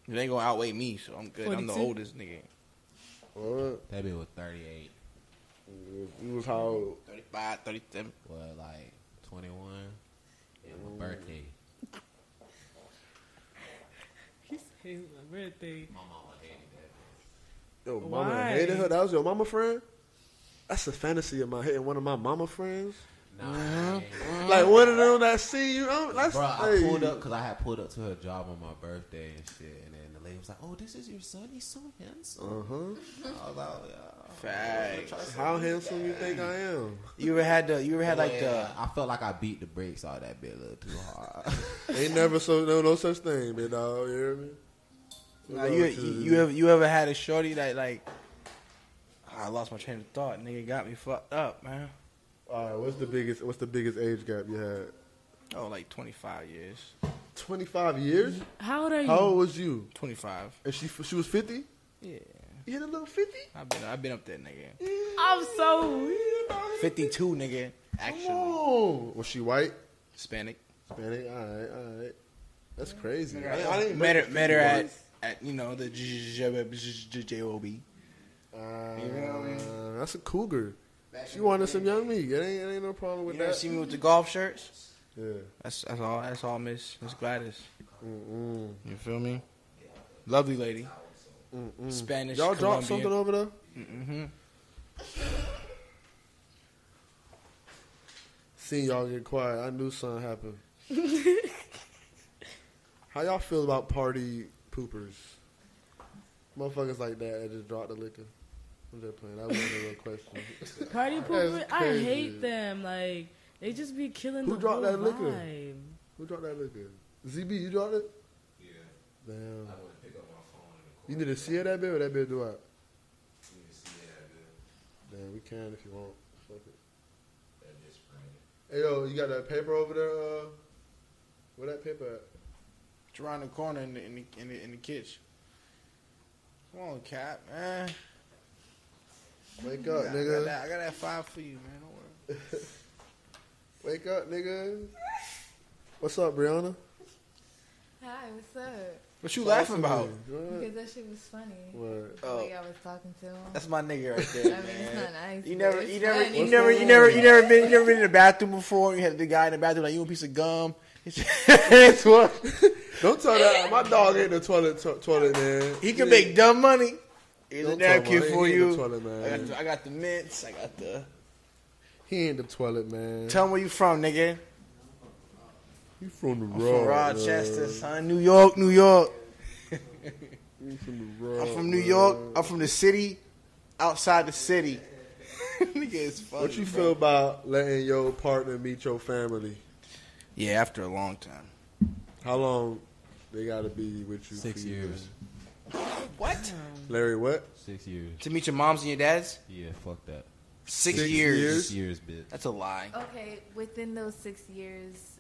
S1: It ain't gonna outweigh me, so I'm good. I'm the
S4: 42?
S1: oldest nigga.
S2: What?
S6: That bitch was 38.
S2: You was how old?
S1: 35, 37.
S6: What, like 21? Yeah, my birthday.
S4: It's my birthday.
S6: My mama hated that.
S2: Yo, mama
S4: Why?
S2: hated her. That was your mama friend. That's a fantasy of my head. One of my mama friends,
S6: Nah,
S2: like one of them that see you. I'm, that's,
S6: Bro, I
S2: hey.
S6: pulled up because I had pulled up to her job on my birthday and shit. And then the lady was like, "Oh, this is your son. He's so handsome."
S2: Uh-huh.
S6: I was like, "Oh, yeah."
S1: Facts.
S2: How handsome you think I am?
S1: You ever had the? You ever had like the?
S6: I felt like I beat the brakes all that bit a little too hard.
S2: Ain't never so no no such thing, big dog. You hear me?
S1: Nah, you, you you ever you ever had a shorty that like? "Ah, I lost my train of thought. Nigga got me fucked up, man.
S2: All right. What's the biggest? What's the biggest age gap you had?
S1: Oh, like 25 years.
S2: Twenty five years.
S4: How old are you?
S2: How old was you?
S1: 25.
S2: And she she was fifty.
S1: Yeah,
S2: You hit a little fifty.
S1: I've been I've been up there, nigga.
S4: I'm so weird.
S1: 52, nigga. Actually,
S2: Oh, was she white?
S1: Hispanic.
S2: Hispanic. All right, all right. That's crazy. I, I didn't
S1: Met her, met her at, at you know the JOB.
S2: Uh, that's a cougar. She wanted some young meat. It ain't, it ain't no problem with
S1: You ever
S2: that.
S1: see me with the golf shirts?
S2: yeah.
S1: That's that's all. That's all, Miss Miss Gladys.
S2: Mm-mm.
S1: You feel me? Lovely lady. Spanish.
S2: Y'all dropped something
S1: Colombian.
S2: over there?
S1: Mhm.
S2: Seeing y'all get quiet, I knew something happened. How y'all feel about party poopers? Motherfuckers like that that just dropped the liquor. I'm just playing. That wasn't a real question.
S4: Party poopers. I
S2: crazy.
S4: hate them. Like, they just be killing
S2: Who
S4: the
S2: dropped
S4: whole
S2: that liquor?
S4: vibe.
S2: Who dropped that liquor? ZB, you dropped it? Yeah. Damn. You need to see it that bit or that bit do what? Damn, we can if you want. Fuck it. Hey yo, you got that paper over there? Uh, where that paper at?
S1: It's around the corner in the in the, in the, in the kitchen. Come on, Cap, man.
S2: Wake up,
S1: I, got
S2: nigga.
S1: that, I got that five for you, man. Don't worry.
S2: Wake up, nigga. What's up, Brianna?
S5: Hi, what's up?
S1: What you laughing about?
S5: Because that shit was funny.
S2: Word.
S5: The way
S1: Oh.
S5: I was talking to him.
S1: That's my nigga right
S5: I
S1: there,
S5: mean, it's
S1: man.
S5: not nice.
S1: You
S5: but
S1: never,
S5: it's
S1: you never,
S5: funny.
S1: you never, you never, you never been, you never been in the bathroom before. You had the guy in the bathroom like you want a piece of gum. It's what
S2: Don't tell that. My dog ain't the toilet, to- toilet man.
S1: he can make dumb money. Here's a
S2: Don't talk about
S1: napkin
S2: it.
S1: for
S2: He ain't The
S1: you.
S2: toilet,
S1: I got,
S2: man.
S1: the, I got the mints. I got the.
S2: He ain't the toilet man.
S1: Tell him where you from, nigga.
S2: you from the
S1: I'm
S2: raw.
S1: from Rochester, son. New York, New York.
S2: You from the raw.
S1: I'm from New
S2: Oh, man.
S1: York. I'm from the city, outside the city. Nigga, it's funny.
S2: What you
S1: bro.
S2: feel about letting your partner meet your family?
S1: Yeah, after a long time.
S2: How long they got to be with you?
S6: Six
S2: for you
S6: years.
S1: What?
S2: to- Larry, what?
S6: Six years.
S1: To meet your moms and your dads?
S6: Yeah, fuck that.
S1: Six,
S2: Six
S1: years.
S2: years?
S6: Six years, bitch.
S1: That's a lie.
S5: Okay, within those six years,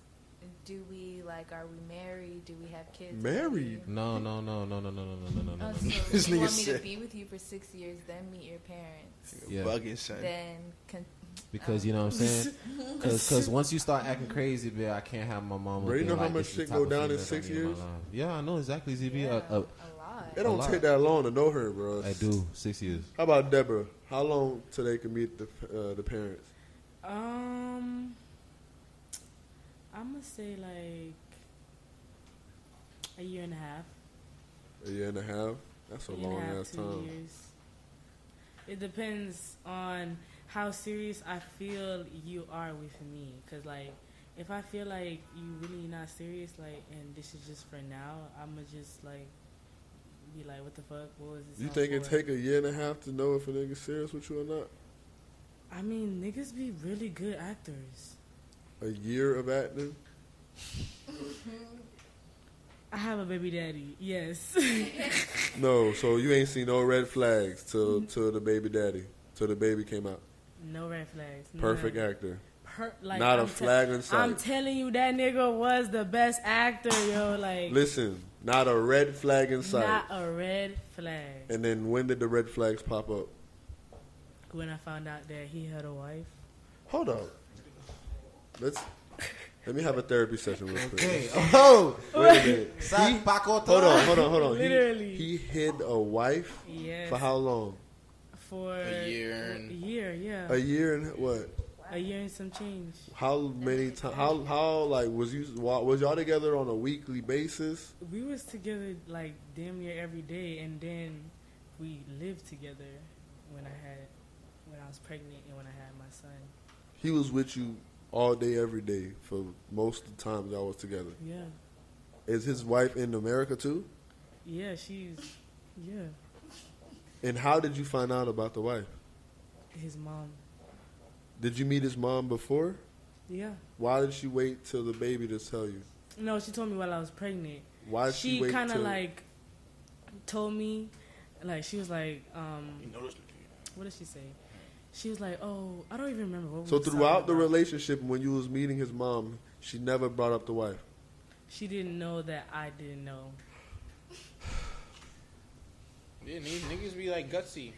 S5: do we like? Are we married? Do we have kids?
S2: Married?
S6: No, no, no, no, no, no, no, no, no, no, no.
S5: Oh,
S6: no.
S5: so
S1: This
S5: you
S1: nigga
S5: want me to
S1: said-
S5: be with you for six years, then meet your parents,
S6: Yeah.
S1: Bugging, son.
S5: then con-
S6: Because you know what I'm saying? Because once you start acting crazy, bitch, I can't have my mama.
S2: Bro, you
S6: be
S2: know how
S6: like,
S2: much
S6: this is the
S2: shit
S6: type
S2: go
S6: of
S2: down in
S6: females I
S2: six
S6: need my
S2: years?
S6: life. Yeah, I know exactly. ZB,
S5: yeah,
S6: I, I,
S5: a lot.
S2: It don't
S6: lot.
S2: take that long to know her, bro.
S6: uh, I do six years.
S2: How about Deborah? How long till they can meet the uh, the parents?
S4: Um, I'm gonna say like a year and a half.
S2: A year and a half. That's a
S4: year and
S2: long
S4: a half,
S2: ass
S4: two
S2: time.
S4: Years. It depends on how serious I feel you are with me. Cause like, if I feel like you really not serious, like, and this is just for now, I'ma just like be like, what the fuck? What was this?
S2: You
S4: all
S2: think it
S4: for?
S2: take a year and a half to know if a nigga serious with you or not?
S4: I mean, niggas be really good actors.
S2: A year of acting.
S4: I have a baby daddy. Yes.
S2: No, so you ain't seen no red flags till
S4: Mm-hmm.
S2: till the baby daddy, till the baby came out.
S4: no red flags. none.
S2: Perfect actor.
S4: Per- like,
S2: Not a
S4: I'm te-
S2: flag in sight.
S4: I'm telling you, that nigga was the best actor, yo. Like,
S2: Listen, not a red flag in sight.
S4: not a red flag.
S2: and then when did the red flags pop up?
S4: When I found out that he had a wife.
S2: Hold up. Let's let me have a therapy session real quick.
S6: Oh,
S2: Wait a minute. Hold
S6: hold
S2: on, hold on, hold on. He-
S4: Literally.
S2: he, hid a wife
S4: Yes.
S2: for how long?
S4: For
S1: A year and-
S4: a year, yeah.
S2: A year and what?
S4: A year and some change.
S2: How many times? How how like was you wa- was y'all together on a weekly basis?
S4: We was together like damn near every day, and then we lived together when I had when I was pregnant and when I had my son.
S2: He was with you all day, every day for most of the time y'all was together.
S4: Yeah,
S2: Is his wife in America too?
S4: yeah, she's yeah.
S2: And how did you find out about the wife?
S4: His mom.
S2: Did you meet his mom before?
S4: Yeah.
S2: Why did she wait till the baby to tell you?
S4: No, she told me while I was pregnant.
S2: Why did she,
S4: she
S2: wait
S4: kind of
S2: till
S4: like told me, like she was like, um,
S1: You know this
S4: what did she say? She was like, oh, I don't even remember what. we
S2: So
S4: was talking
S2: throughout the
S4: about.
S2: relationship, when you was meeting his mom, she never brought up the wife.
S4: she didn't know that I didn't know.
S1: Yeah, these niggas be like gutsy.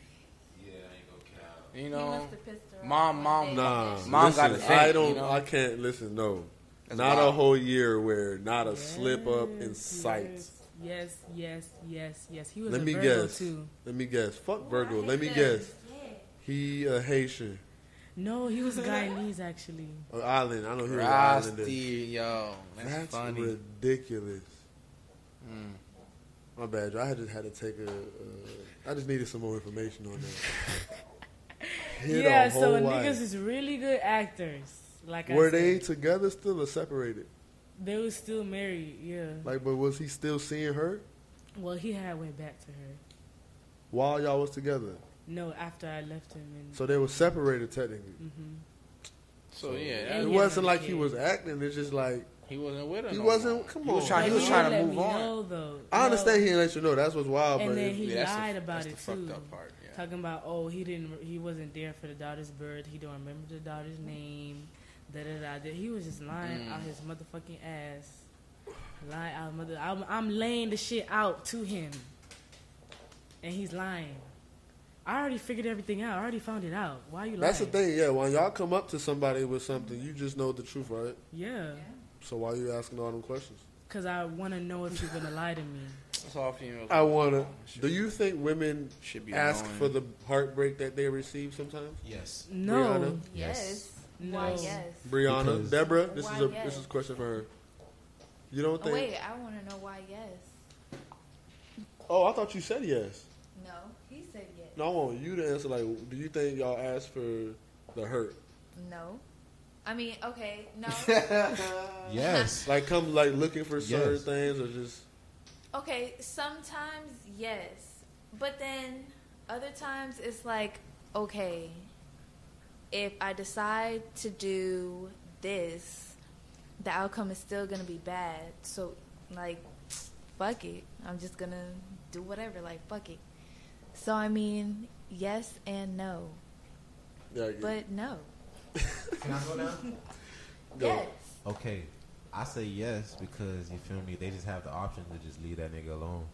S1: You
S5: He
S1: know,
S5: must have pissed her off
S1: mom,
S5: one
S1: mom,
S5: day.
S2: Nah,
S1: Mom
S2: listen,
S1: gotta think,
S2: I don't.
S1: you know?
S2: I can't listen. No,
S1: That's
S2: not a
S1: wild.
S2: whole year where not a slip up in
S4: Yes,
S2: sight.
S4: Yes, yes, yes, yes. He was
S2: Let
S4: a
S2: me
S4: Virgo
S2: guess.
S4: too.
S2: Let me guess. Fuck Virgo. Let me guess. He a Haitian,
S4: No, he was Guyanese actually.
S2: an island. I know he was an islander.
S1: Rusty, yo, that's,
S2: That's
S1: funny.
S2: ridiculous.
S1: Mm.
S2: My bad. I just had to take a. Uh, I just needed some more information on that. Hit a
S4: yeah, so
S2: whole wife.
S4: niggas is really good actors. Like I
S2: Were
S4: said.
S2: they together still or separated?
S4: They was still married. Yeah.
S2: Like, but was he still seeing her
S4: Well, he had went back to her.
S2: while y'all was together?
S4: No, after I left him and.
S2: So they were separated technically.
S4: Mhm.
S1: So yeah, that,
S4: And
S2: It
S4: he had
S2: wasn't
S4: another
S2: like he
S4: kid.
S2: was acting. It's just like
S1: he wasn't with her.
S2: he
S1: no
S2: wasn't.
S1: more.
S2: Come
S1: He
S2: on.
S1: was trying- he
S4: But
S1: was
S4: he
S1: trying to
S4: let
S1: move
S4: me
S1: on.
S4: Know, though.
S2: I
S4: No.
S2: understand he didn't let you know. That's what's wild.
S4: And
S2: but
S4: then he
S1: Yeah, that's the-
S4: lied about
S1: that's
S4: it
S1: the fucked
S4: too.
S1: up part, yeah.
S4: Talking about oh he didn't he wasn't there for the daughter's birth. He don't remember the daughter's name. Da da da. da. He was just lying
S1: Mm.
S4: out his motherfucking ass. Lying out mother. I'm, I'm laying the shit out to him, and he's lying. I already figured everything out. I already found it out. Why you lying?
S2: that's the thing. Yeah, when y'all come up to somebody with something, you just know the truth, right?
S4: Yeah.
S2: So why you asking all them questions?
S4: because I want to know if you're gonna lie to me.
S1: That's all females.
S2: I wanna. Do you think women
S1: Should
S2: should
S1: be
S2: be ask
S1: annoying.
S2: for the heartbreak that they receive sometimes?
S6: Yes.
S4: No,
S2: Brianna?
S5: Yes.
S4: No.
S5: Why yes?
S2: Brianna,
S6: Because-
S2: Deborah, this
S5: Why
S2: is a
S5: yes?
S2: this is a question for her. You don't
S5: Oh,
S2: think?
S5: wait, I want to know why yes.
S2: Oh, I thought you said yes.
S5: No, he said yes.
S2: No, I want you to answer. Like, do you think y'all ask for the hurt?
S5: No. I mean, okay, no. Uh,
S6: Yes.
S2: Like, come like looking for certain
S6: Yes.
S2: things, or just
S5: okay, sometimes yes. But then other times it's like, okay, if I decide to do this, the outcome is still going to be bad. So, like, fuck it. I'm just going to do whatever. Like, fuck it. So, I mean, yes and no.
S2: yeah, you-
S5: But no.
S3: Can I go now?
S2: Go.
S5: Yes.
S6: Okay. I say yes because you feel me. They just have the option to just leave that nigga alone.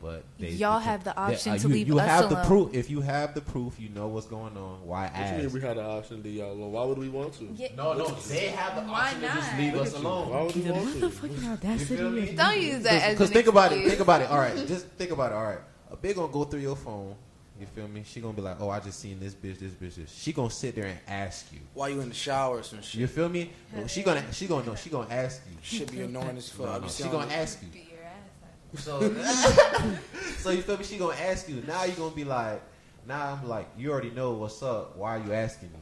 S6: But they,
S5: Y'all
S6: they-
S5: have the
S6: they-
S5: option
S6: uh,
S5: to
S6: you,
S5: leave
S6: you
S5: us
S6: have
S5: alone.
S6: the proof. If you have the proof, you know what's going on. Why
S2: What you mean
S6: ask?
S2: we had the option to leave y'all alone? Why would we want to?
S5: Yeah.
S3: No, no, they have the
S5: Why
S3: option to just
S5: not?
S3: leave us
S2: Why
S3: alone.
S2: would we
S4: the
S2: want to?
S4: motherfucking
S3: feel
S4: audacity.
S3: me?
S4: of-
S5: Don't use that as
S6: Because
S5: an
S6: think about it.
S5: excuse.
S6: Think about it. All right. Just think about it. All right. A bitch gonna go through your phone. You feel me? She gonna be like, oh, I just seen this bitch, this bitch, this. She gonna sit there and ask you.
S1: While you in the shower or some shit.
S6: You feel me? She gonna she gonna know. She gonna ask you.
S1: Should be annoying as fuck.
S6: No,
S1: I
S6: no,
S1: be
S6: she
S1: seeing
S6: gonna
S1: all
S6: ask you.
S5: Beat your ass up.
S3: So
S6: So you feel me? She gonna ask you. Now you gonna be like, now I'm like, you already know what's up. Why are you asking me?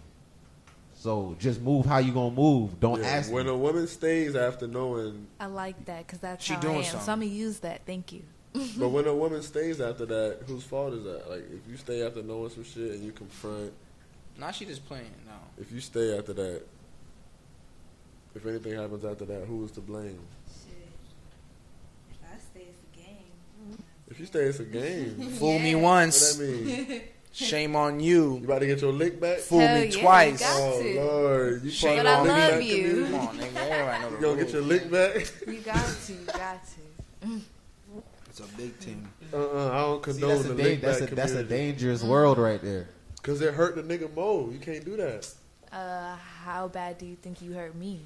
S6: So just move how you gonna move. Don't
S2: Yeah,
S6: ask
S2: when
S6: me.
S2: a woman stays after knowing,
S5: I like that because that's
S1: She
S5: how
S1: doing
S5: I am. So I'm
S1: something.
S5: gonna use that. Thank you.
S2: but when a woman stays after that, whose fault is that? Like, if you stay after knowing some shit and you confront,
S1: Nah, she just playing. No.
S2: if you stay after that, if anything happens after that, who is to blame?
S7: Shit. If I stay, it's the game.
S2: If you stay, it's a game.
S1: Fool me
S2: what that
S1: once,
S2: mean?
S1: shame on
S2: You
S1: you.
S2: about to get your lick back?
S1: Fool
S5: Hell
S1: me
S5: yeah,
S1: twice.
S5: got
S2: oh
S5: to.
S2: Lord, you
S1: Shame
S2: part of
S1: on me.
S2: the lick
S1: I
S2: back
S5: love you.
S2: community?
S1: Come on, nigga. Everybody know the
S2: You gonna get your
S1: rules.
S2: lick back?
S5: You got to. You got to.
S1: It's a big thing.
S2: Uh, uh I don't
S6: See,
S2: condone
S6: that's, a
S2: the
S6: da-
S2: lick
S6: that's,
S2: back
S6: a, that's a
S2: community.
S6: dangerous world right there.
S2: Cause it hurt the nigga more. You can't do that.
S5: Uh, how bad do you think you hurt me?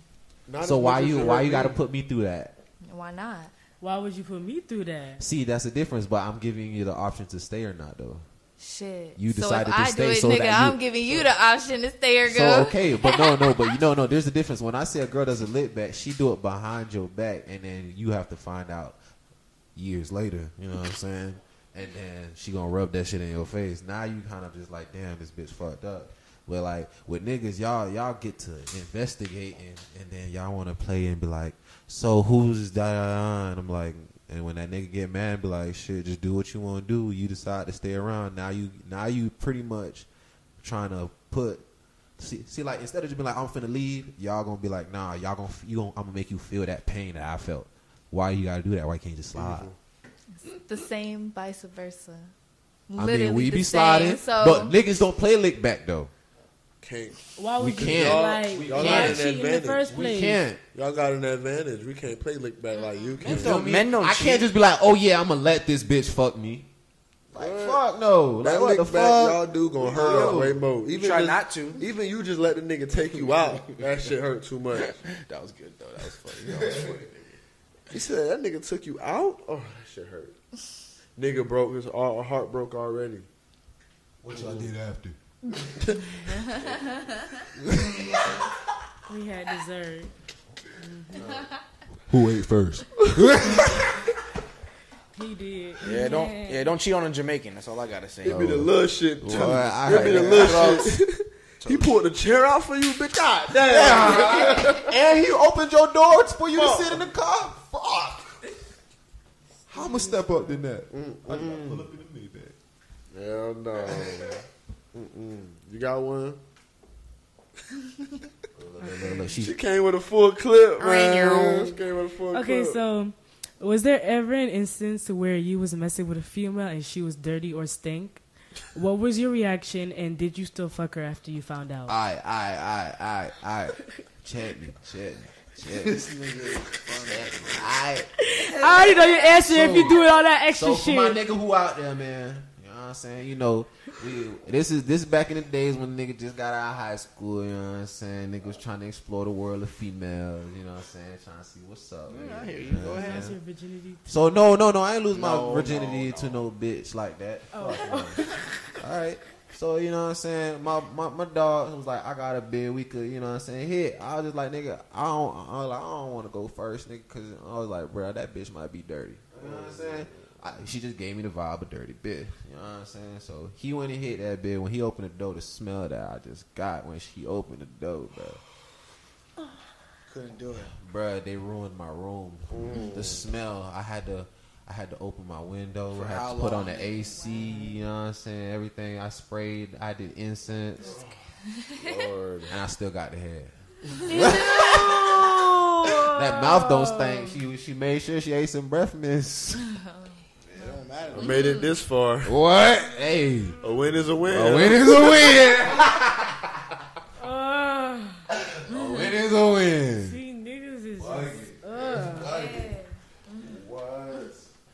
S2: Not
S6: So
S2: as
S6: why
S2: much as
S6: you
S2: it
S6: why
S2: hurt
S6: you
S2: me.
S6: gotta put me through that?
S5: Why not?
S4: Why would you put me through that?
S6: See, that's the difference. But I'm giving you the option to stay or not, though.
S5: Shit.
S6: You decided
S5: so if
S6: to
S5: I
S6: stay
S5: do it,
S6: so
S5: nigga,
S6: that you-
S5: I'm giving you the option to stay or go.
S6: So okay, but no, no, but you know, no. There's a difference. When I say a girl does a lit back, she do it behind your back, and then you have to find out years later. You know what I'm saying? And then she gonna rub that shit in your face. Now you kind of just like, damn, this bitch fucked up. But like with niggas, y'all y'all get to investigate and, and then y'all want to play and be like, so who's da da da? And I'm like, and when that nigga get mad, be like, shit, just do what you want to do. You decide to stay around. Now you now you pretty much trying to put See, see, like instead of just being like I'm finna leave, y'all gonna be like, nah, y'all gonna you gonna I'm gonna make you feel that pain that I felt. Why you gotta do that? Why you can't just slide?
S5: The same, vice versa.
S6: I
S5: Literally
S6: mean, we
S5: the
S6: be sliding,
S5: same, So
S6: but niggas don't play lick back though.
S2: Can't.
S4: Why would
S6: We
S4: you
S6: can't.
S4: like
S2: We-
S4: why
S2: y'all got an
S4: cheat in the
S2: advantage.
S4: first place?
S6: We can't.
S2: Y'all got an advantage. We can't play lick back like you
S6: You
S2: can.
S6: feel
S1: don't-
S6: me?
S1: men don't
S6: I
S1: cheat.
S6: can't just be like, oh yeah, I'm gonna let this bitch fuck me. Like fuck no. Like
S2: That lick
S6: what the
S2: back y'all
S6: fuck?
S2: do gonna hurt
S6: No.
S2: y'all way more. Even
S1: try
S2: just-
S1: not to.
S2: Even you just let the nigga take you out. That shit hurt too much.
S1: That was good though. That was funny. That was funny.
S2: You said that nigga took you out. Oh, that shit hurt. Nigga broke his all, heart broke already.
S6: What y'all did after?
S4: We had dessert.
S6: Who ate first?
S4: He did.
S1: Yeah, don't yeah, don't cheat on a Jamaican. That's all I gotta say. Oh.
S2: It be the little shit.
S6: Boy, I
S2: it be the
S6: heard
S2: little shit. He pulled the chair out for you, bitch. God damn.
S6: and he opened your door for you to sit in the car. Fuck. How I'ma step up than that?
S1: Mm,
S6: I gotta pull up in the Maybach.
S2: Hell no. Mm-mm. You got one. She came with a full clip, man. She came with a full
S4: Okay,
S2: clip.
S4: so was there ever an instance where you was messing with a female and she was dirty or stink? What was your reaction, and did you still fuck her after you found out?
S6: I, I, I, I, I. Check me, check me, check me. This I.
S4: I already know your answer if you do all that extra
S6: So for my
S4: shit.
S6: nigga who out there, man. You know what know what I'm saying? You know, we, this is this back in the days when nigga just got out of high school, you know what I'm saying? Nigga was trying to explore the world of females, you know what I'm saying? Trying to see what's up.
S1: Yeah, I
S6: nigga,
S1: hear you.
S6: know
S1: Go
S6: what I'm
S1: ahead.
S6: saying?
S4: That's your virginity.
S6: So no, no, no, I ain't lose
S1: No,
S6: my virginity
S1: no, no.
S6: to no bitch like that.
S4: Oh.
S6: Fuck no. All right. So you know what I'm saying? My my, my dog was like, I got a bid. We could, you know what I'm saying? Hit. I was just like, nigga, I don't, I was like, I don't want to go first, nigga, because I was like, bro, that bitch might be dirty. You know what I'm saying? I, she just gave me the vibe of dirty bitch. You know what I'm saying? So he went and hit that bitch. When he opened the door, the smell that I just got when she opened the door, bro.
S1: Couldn't do it.
S6: Bruh, they ruined my room.
S1: Mm.
S6: The smell. I had to I had to open my window.
S1: For
S6: I had
S1: how
S6: to put
S1: long?
S6: on the AC, you know what I'm saying? Everything. I sprayed, I did incense.
S2: Lord.
S6: And I still got the head.
S4: that Oh,
S1: Oh.
S6: That mouth don't stink. She she made sure she ate some breath mints.
S1: It don't matter.
S2: I made it this far.
S6: What? Hey.
S2: A win is a win.
S6: A win is a win.
S4: Uh,
S6: a win is a win.
S4: see, niggas is. Just, uh,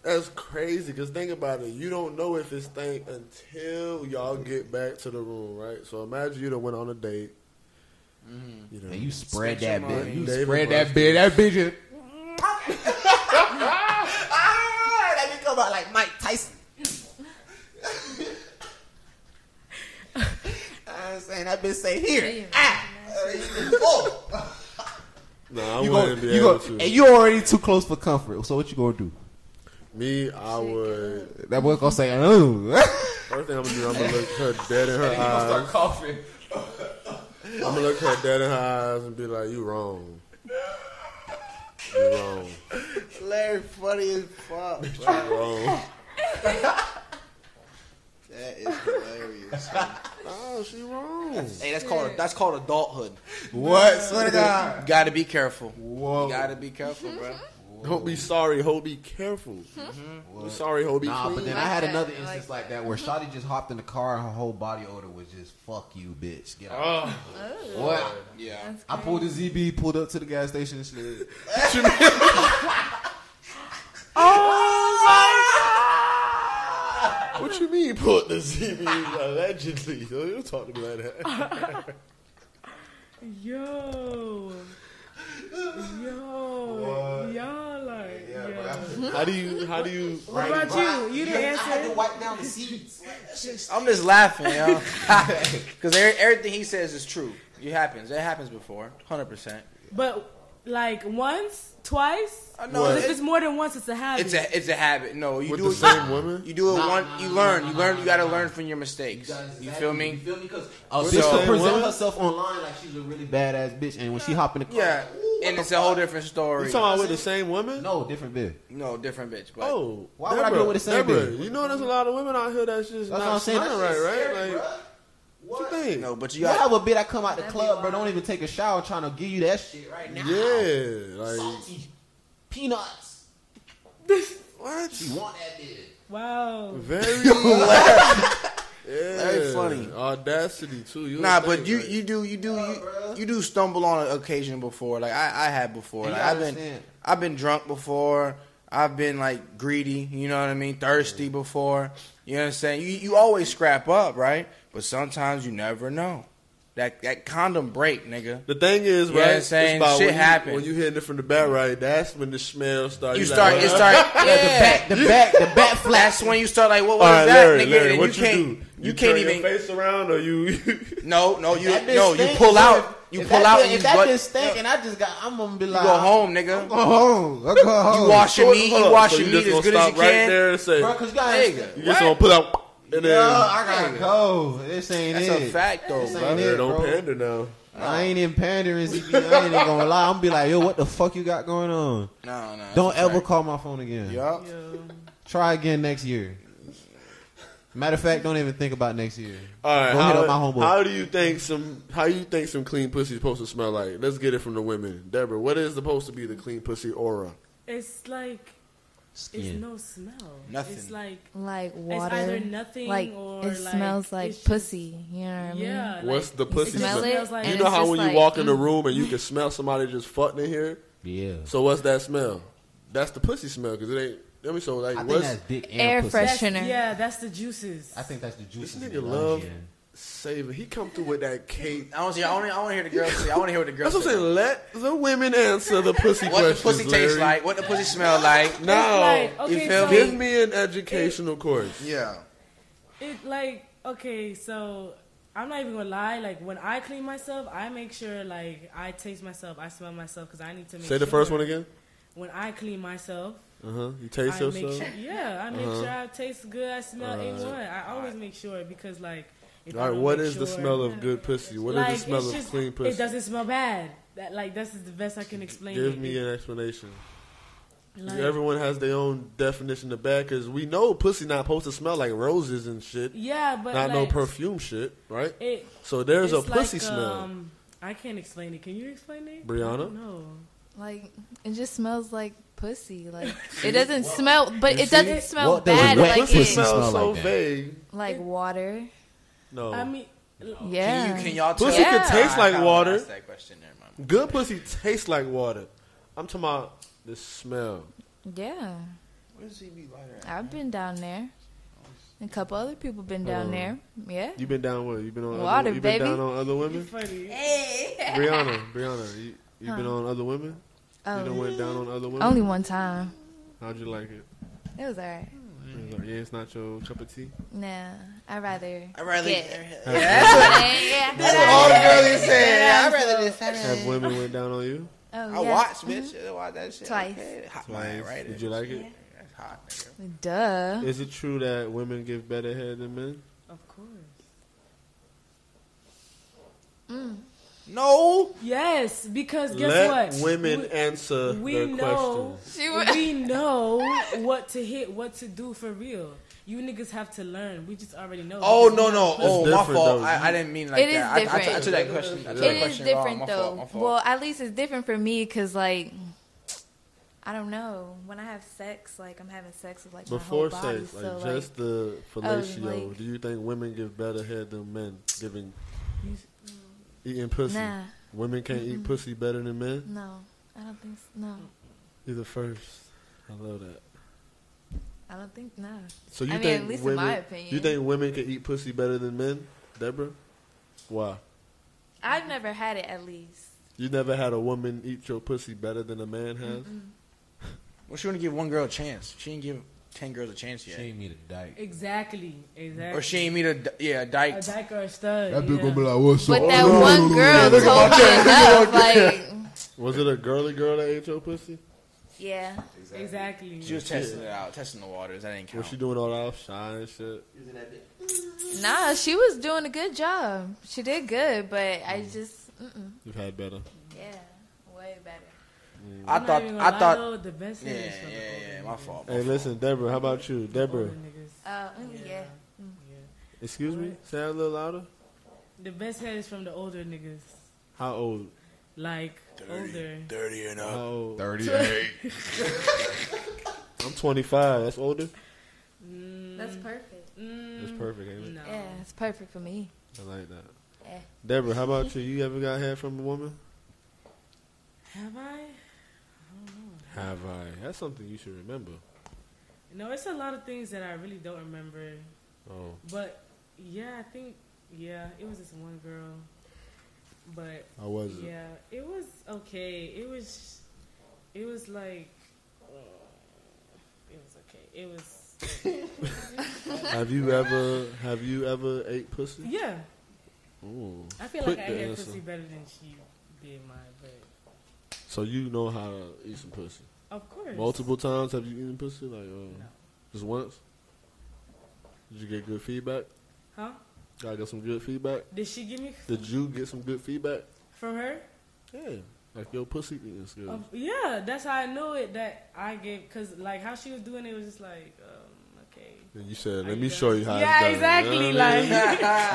S2: That's crazy. Cause think about it, you don't know if it's thing until y'all get back to the room, right? So imagine you done went on a date. You know,
S6: Mm-hmm. And you spread that
S1: your money.
S6: bitch. You
S2: David
S6: spread that
S2: Buster.
S6: bitch. That bitch is
S1: Ah,
S2: nah, I
S6: you
S2: wouldn't
S6: go,
S2: be
S6: you
S2: able
S6: go,
S2: to.
S6: and you already too close for comfort. So what you gonna do?
S2: Me, I would.
S6: That boy gonna say, "Oh." "Ooh."
S2: First thing I'm gonna do, I'm gonna look her dead in her eyes.
S6: coughing.
S2: I'm gonna look her dead in her eyes and be like, "You wrong. You wrong.
S1: Larry, funny as fuck.
S2: You wrong."
S1: That is hilarious.
S2: Oh, she wrong.
S1: hey, that's called that's called adulthood.
S6: What? Swear to God.
S1: You gotta be careful.
S6: Whoa.
S1: You gotta be careful, bro.
S2: Don't be sorry, ho. Be careful. Be sorry, ho. Be
S6: Mm-hmm. Nah,
S2: clean.
S6: but then
S5: Like
S6: I had
S5: that,
S6: another
S5: like
S6: instance
S5: that.
S6: like that where Shotty just hopped in the car and her whole body odor was just "fuck you, bitch." Get out. What?
S1: Yeah.
S6: Oh. I pulled the ZB, pulled up to the gas station, and shit. Oh
S2: What you mean put the CB allegedly? Yo, You talk to me like that.
S4: yo. Yo. Y'all like. yo.
S2: How do you? How do you?
S4: What about you? You didn't answer.
S3: Wipe down the seats.
S1: I'm just laughing, y'all, because everything he says is true. It happens. It happens before, hundred percent.
S4: But, like, once, twice?
S1: I
S2: know.
S4: But
S2: What?
S4: If it's more than once, it's a habit.
S1: Uh, It's a it's a habit. No, you
S2: With
S1: do
S2: the
S1: it.
S2: same woman?
S1: You do it
S6: Nah,
S1: one.
S6: nah,
S1: You
S6: nah,
S1: learn.
S6: nah,
S1: you
S6: nah,
S1: learn.
S6: nah,
S1: you got to
S6: nah.
S1: learn from your mistakes. You feel
S3: You
S1: me?
S3: feel me? Because
S6: Oh,
S2: the
S6: bitch will
S2: same
S6: present
S2: woman?
S6: herself online like she's a really badass bitch, and when she hop in the car,
S1: Yeah, and it's a whole different
S2: You
S1: story.
S2: talking about with the same woman?
S6: no different bitch.
S1: No, different bitch. But
S2: Oh,
S6: Why would I do it with the same
S2: Deborah,
S6: bitch?
S2: You know, there's a lot of women out here that's just
S6: That's
S2: not
S6: what I'm saying. That
S2: smiling
S6: shit's
S2: right, right?
S6: scary,
S2: Like, what you think?
S1: no, but you
S6: You
S1: got
S6: have a bitch I come out the
S5: That'd be
S6: club, bro.
S5: wild.
S6: Don't even take a shower, trying to give you that shit right now.
S2: Yeah, like
S6: Salty peanuts.
S2: what?
S6: You want that bitch?
S4: wow.
S2: Very, yeah.
S1: Very funny.
S2: Audacity too. You
S1: Nah,
S2: would
S1: but
S2: think,
S1: you
S2: like,
S1: you do you do you, you do stumble on occasion before. Like I I had before.
S6: You
S1: Like,
S6: gotta
S1: I've been
S6: understand.
S1: I've been drunk before. I've been like greedy. You know what I mean? Thirsty before. You know what I'm saying? You you always scrap up, right? But sometimes you never know. That that condom break, nigga.
S2: The thing is,
S1: You
S2: right?
S1: know what I'm saying?
S2: it's about
S1: Shit
S2: when you,
S1: happen.
S2: When you hitting it from the back, right? That's when the smell starts.
S1: You start
S2: Like,
S1: it start yeah.
S6: Back the back the back flash.
S1: That's when you start like, what
S2: All
S1: was
S2: right,
S1: that,
S2: Larry,
S1: nigga?
S2: Larry,
S1: and you
S2: what you,
S1: can't,
S2: do?
S1: you, can't
S2: turn
S1: even.
S2: your face around, or you?
S1: No, no, you
S6: That bitch
S1: no, you
S6: stink,
S1: pull
S6: so
S1: out,
S6: if-
S1: you
S6: if
S1: pull
S6: that
S1: out,
S6: bitch-
S1: and you
S6: If that
S1: butt-
S6: bitch stink, and I just got, I'm gonna be
S1: you
S6: like,
S1: go home, nigga.
S6: Go home. I go home.
S1: You wash your meat, you wash your
S2: you
S1: meat
S2: just
S1: as
S2: gonna
S1: good as you
S2: stop right
S1: can.
S2: there and say,
S6: Bro, cause you gotta
S1: Nigga.
S2: you just gonna put out, and then
S6: Yo, I gotta go. This ain't
S1: That's
S6: it.
S1: a fact, though,
S6: This ain't
S1: bro.
S6: it.
S2: Larry, don't
S6: bro.
S2: pander now.
S6: I ain't in pandering. CB. I ain't even gonna lie. I'm gonna be like, yo, what the fuck you got going on?
S1: No, no. that's
S6: Don't
S1: a
S6: ever
S1: fact.
S6: call my phone again.
S1: Yup.
S4: Yo.
S6: Try again next year. Matter of fact, don't even think about next year.
S2: All right,
S6: Go hit up my
S2: how,
S6: homeboy.
S2: how do you think some how you think some clean pussy supposed to smell like? Let's get it from the women, Deborah. What is supposed to be the clean pussy aura?
S4: It's like. It's
S6: Skin.
S4: no smell.
S1: Nothing.
S4: It's like.
S5: Like
S4: It's
S5: water.
S4: either nothing
S5: like
S4: or
S5: it
S4: like,
S5: smells like
S4: it's just-
S5: pussy. You know what I mean?
S4: Yeah.
S2: What's
S4: like,
S2: the pussy
S5: smell
S2: smell?
S5: it,
S4: smells like-
S2: You
S5: and
S2: know
S5: it's
S2: how
S5: just
S2: when you
S5: like,
S2: walk in the
S5: mm.
S2: room and you can smell somebody just fucking in here.
S6: Yeah.
S2: So what's that smell? That's the pussy smell because it ain't I mean, so like,
S6: I think
S2: what's
S6: that's dick and
S5: Air
S6: pussy.
S5: fresh- Freshener.
S4: That's, yeah, that's the juices.
S6: I think that's the juice.
S2: This nigga love- saving? He come through with that cake.
S1: I want to. I want to hear the girls say. I want to hear what the girls.
S2: That's what I'm
S1: say.
S2: saying. Let the women answer the pussy
S1: What the
S2: questions.
S1: pussy tastes
S2: Larry.
S1: like? What the pussy smell like?
S2: No,
S4: It's like,
S1: you
S4: okay,
S1: feel
S4: so
S2: give me an educational course.
S1: Yeah.
S4: It like okay, so I'm not even gonna lie. Like when I clean myself, I make sure like I taste myself, I smell myself, because I need to make.
S2: Say the
S4: sure
S2: first one again.
S4: When I clean myself,
S2: Uh huh. You
S4: I
S2: taste
S4: make
S2: yourself. Uh-huh.
S4: sure. Yeah, I make sure I taste good. I smell
S2: Alright.
S4: a one. I always make sure because like. If I
S2: All right.
S4: don't
S2: What
S4: make
S2: is the
S4: sure-
S2: smell of good pussy? What is
S4: like,
S2: the smell
S4: it's
S2: of
S4: just-
S2: clean pussy?
S4: It doesn't smell bad. That like this is the best I can explain.
S2: Give
S4: it.
S2: me
S4: It-
S2: an explanation.
S4: like,
S2: Everyone has their own definition of bad because we know pussy not supposed to smell like roses and shit,
S4: Yeah, but
S2: not
S4: like,
S2: no perfume shit, right?
S4: It,
S2: So there's a
S4: it's like,
S2: pussy smell.
S4: Um, I can't explain it. Can you explain it,
S2: Brianna?
S4: No.
S5: Like it just smells like pussy. Like it doesn't smell, but
S2: You
S5: it
S2: see?
S5: doesn't smell
S6: What does
S5: bad.
S6: wet
S5: Like
S6: pussy
S5: it,
S2: pussy
S6: smell?
S2: smells so
S6: like that.
S2: vague.
S5: like water.
S2: No,
S4: I mean,
S5: Yeah.
S1: Can you? Can y'all? Tell
S2: Pussy
S5: can taste
S2: like
S1: I- I
S2: water.
S1: asked that question there, mama.
S2: good pussy tastes like water. I'm talking about the smell.
S5: yeah,
S1: What does he be lighter at?
S5: I've been down there. A couple other people been down
S2: Um,
S5: there. Yeah.
S2: You been down with? You been on
S5: Water,
S2: Other, you been
S5: baby.
S2: down on other
S4: you're
S2: women?
S4: funny.
S7: Hey.
S2: Brianna, Brianna, you, you been
S5: Huh.
S2: on other women? You done
S5: Oh,
S2: went down on other women?
S5: only one time.
S2: How'd you like it?
S5: It was alright.
S2: It's like, yeah, it's not your cup of tea.
S5: Nah, I rather.
S1: I'd rather.
S5: Yeah.
S1: Yeah.
S5: yeah.
S1: That's what all the girls is saying. I'd rather this.
S2: Have women went down on you?
S5: Oh,
S1: I
S5: yeah.
S1: watched, bitch. I watched that shit.
S5: Twice.
S1: Okay. Hot
S2: Twice.
S1: man, right?
S2: Did you like it?
S1: That's hot, nigga.
S5: Duh.
S2: Is it true that women give better head than men?
S4: Of course.
S1: No.
S4: Yes, because guess
S2: Let
S4: what?
S2: women
S4: We-
S2: answer
S4: we
S2: their
S4: know
S2: questions.
S5: She wa-
S4: we know what to hit, what to do for real. You niggas have to learn. We just already know.
S1: Oh
S4: Because
S1: no
S4: we
S1: no.
S4: not
S1: Oh my
S2: different,
S1: fault.
S2: though.
S1: I, I didn't mean like
S5: It is
S1: that. I- I, took- I,
S5: different.
S1: took that question. I took that
S5: It is
S1: question wrong.
S5: different
S1: My
S5: though.
S1: Fault, my fault.
S5: Well, at least it's different for me because like. I don't know. When I have sex, like I'm having sex with like
S2: Before
S5: my whole body,
S2: sex, like
S5: so oh,
S2: just the fellatio,
S5: like-
S2: do you think women give better head than men giving
S4: You-
S2: eating
S5: like
S2: pussy?
S5: nah,
S2: Women can't eat pussy better than men?
S5: no, I don't think so. no,
S2: You the first. I love that.
S5: I don't think no.
S2: So you
S5: I mean,
S2: think
S5: at least in
S2: women,
S5: my opinion.
S2: You think women can eat pussy better than men, Deborah? Why?
S5: I've never had it at least.
S2: You never had a woman eat your pussy better than a man has?
S1: Well, she want to give one girl a chance. She didn't give ten girls a chance yet.
S6: She ain't me the dyke.
S4: Exactly. Exactly.
S1: Oh. or she ain't meet a d- yeah a dyke.
S4: a dyke or a stud.
S8: That
S4: yeah.
S8: bitch gonna be like,
S2: Oh,
S8: what's up?
S5: But that one girl told me enough. Like,
S2: Was it a girly girl that ate your pussy?
S5: yeah,
S4: Exactly.
S1: She was testing it out, testing the waters. That ain't
S2: Was she
S1: count.
S2: doing all that shy and shit?
S3: Using that dick.
S5: nah, she was doing a good job. She did good, but I
S2: Mm.
S5: just, mm-mm.
S2: You've had better.
S5: yeah, way better.
S1: I
S4: I'm not
S1: thought
S4: even gonna
S1: I
S4: lie,
S1: thought
S4: though, the best
S1: yeah
S4: thing
S1: yeah
S4: is for the older
S1: yeah. My fault. my
S2: Hey,
S1: fault.
S2: listen, Deborah, how about you? Deborah,
S4: older niggas.
S5: Uh, mm, yeah.
S2: excuse me? Say that a little louder.
S4: The best head is from the older niggas.
S2: How old?
S4: Like older.
S1: Dirty and
S2: How old?
S8: 38.
S2: I'm 25. That's older?
S4: Mm,
S5: That's perfect.
S2: That's
S4: mm,
S2: perfect, ain't it?
S4: No.
S5: Yeah, it's perfect for me.
S2: I like that.
S5: Eh.
S2: Deborah, how about you? You ever got head from a woman?
S4: Have I?
S2: Have I? That's something you should remember.
S4: No, it's a lot of things that I really don't remember.
S2: Oh.
S4: But yeah, I think yeah, it was this one girl. But
S2: How was it?
S4: yeah, it was okay. It was, it was like, uh, it was okay. It was
S2: Have you ever have you ever ate pussy?
S4: yeah.
S2: Ooh.
S4: I feel
S2: Quick
S4: like I
S2: to
S4: had
S2: answer.
S4: pussy better than she did mine, but
S2: So you know how to eat some pussy.
S4: of course,
S2: Multiple times have you eaten pussy? Like uh,
S4: No.
S2: just once? Did you get good feedback?
S4: Huh?
S2: Y'all got some good feedback?
S4: Did she give me
S2: Did you get some good feedback?
S4: from her?
S2: Yeah. Like your pussy is good.
S4: Of- yeah, that's how I knew it that I gave because like how she was doing it was just like um, okay.
S2: and you said,
S4: Are
S2: "Let
S4: you
S2: me
S4: done?
S2: show you how."
S4: Yeah,
S2: it's done.
S4: exactly,
S2: You know what I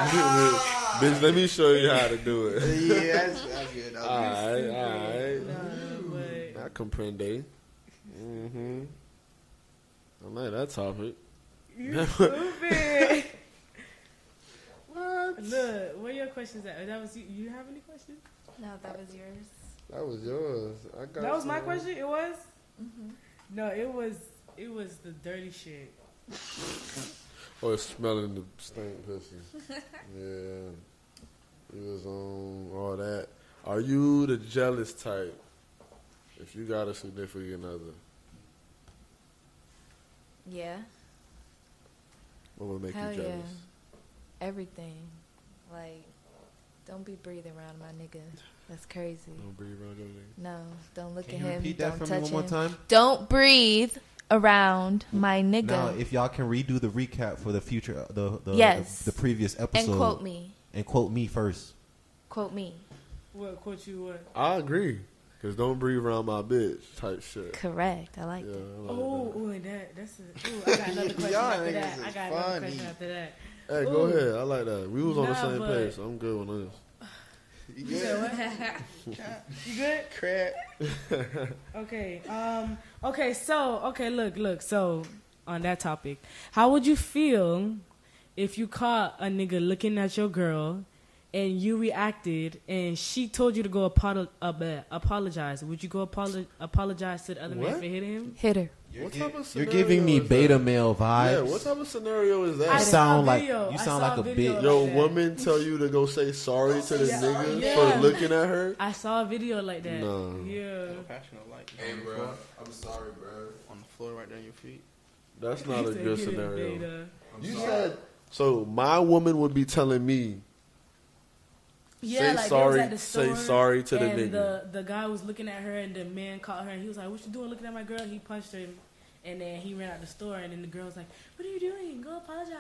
S2: mean? bitch, let me show you how to do it.
S1: yeah, that's, that's good.
S2: all right, all right.
S4: Uh, but
S2: I comprende. Mm-hmm. I like that topic.
S4: you stupid. Look, what are your questions at? Oh, That was you. You have any questions?
S5: No, that was yours.
S2: That was yours. I got
S4: That was my
S2: some.
S4: question. It was. No, it was. It was the dirty shit.
S2: Or Oh, smelling the stink pussy. yeah. It was on all that. Are you the jealous type? If you got a significant other,
S5: Yeah.
S2: what would make
S5: Hell
S2: you
S5: yeah.
S2: jealous?
S5: Everything. Like, don't be breathing around my nigga. That's crazy.
S2: Don't breathe around your nigga.
S5: No, don't look
S6: Mm. Can
S5: at
S6: you
S5: him.
S6: repeat
S5: don't
S6: that for me
S5: touch
S6: one more
S5: him.
S6: time?
S5: Don't breathe around my nigga.
S6: Now, if y'all can redo the recap for the future, uh, the the,
S5: Yes.
S6: the, previous episode,
S5: and quote me.
S6: and quote me first.
S5: Quote me.
S4: What quote you what?
S2: I agree. Cause don't breathe around my bitch type shit.
S5: Correct. I like
S2: Yeah.
S5: that.
S2: I like
S4: Oh, ooh, that that's a, ooh, I got another question
S1: Y'all
S4: after
S1: niggas
S4: that.
S1: is
S4: I got another question
S1: funny.
S4: after that.
S2: that. Hey, go
S4: Ooh.
S2: ahead. I like that. We was on the
S4: Nah,
S2: same
S4: but-
S2: page, so I'm good on this.
S4: You said what? you good?
S1: Crap.
S4: Okay. Um. Okay. So. Okay. Look. Look. So. On that topic, how would you feel if you caught a nigga looking at your girl, and you reacted, and she told you to go apo- uh, bleh, apologize? Would you go apolo- apologize to the other man
S2: What?
S4: for hitting him?
S5: Hit her.
S6: You're,
S2: What type of
S6: giving me
S2: scenario is
S6: beta
S2: that?
S6: male vibes.
S2: Yeah. What type of scenario is
S6: You
S4: I saw
S2: that?
S4: a
S6: sound like-
S4: video.
S6: you
S4: I
S6: sound
S4: saw
S6: like a
S4: video
S6: bitch.
S4: like
S2: Yo,
S4: that.
S2: woman tell you to go say sorry to this nigga
S4: Yeah.
S2: for looking at her.
S4: I saw a video like that.
S2: No.
S4: Yeah.
S1: Passionate light.
S3: Hey, bro. I'm sorry, bro.
S1: On the floor right there on your feet.
S2: That's not a
S4: He said,
S2: good
S4: "Get in
S2: scenario.
S4: beta."
S2: You said so. My woman would be telling me
S4: Yeah,
S2: Say
S4: like
S2: sorry-
S4: they was at the
S2: say
S4: store,
S2: sorry to the
S4: and
S2: nigga.
S4: The, the guy was looking at her, and the man caught her, and he was like, "What you doing looking at my girl?" He punched him, and then he ran out the store, and then the girl was like, "What are you doing? Go apologize."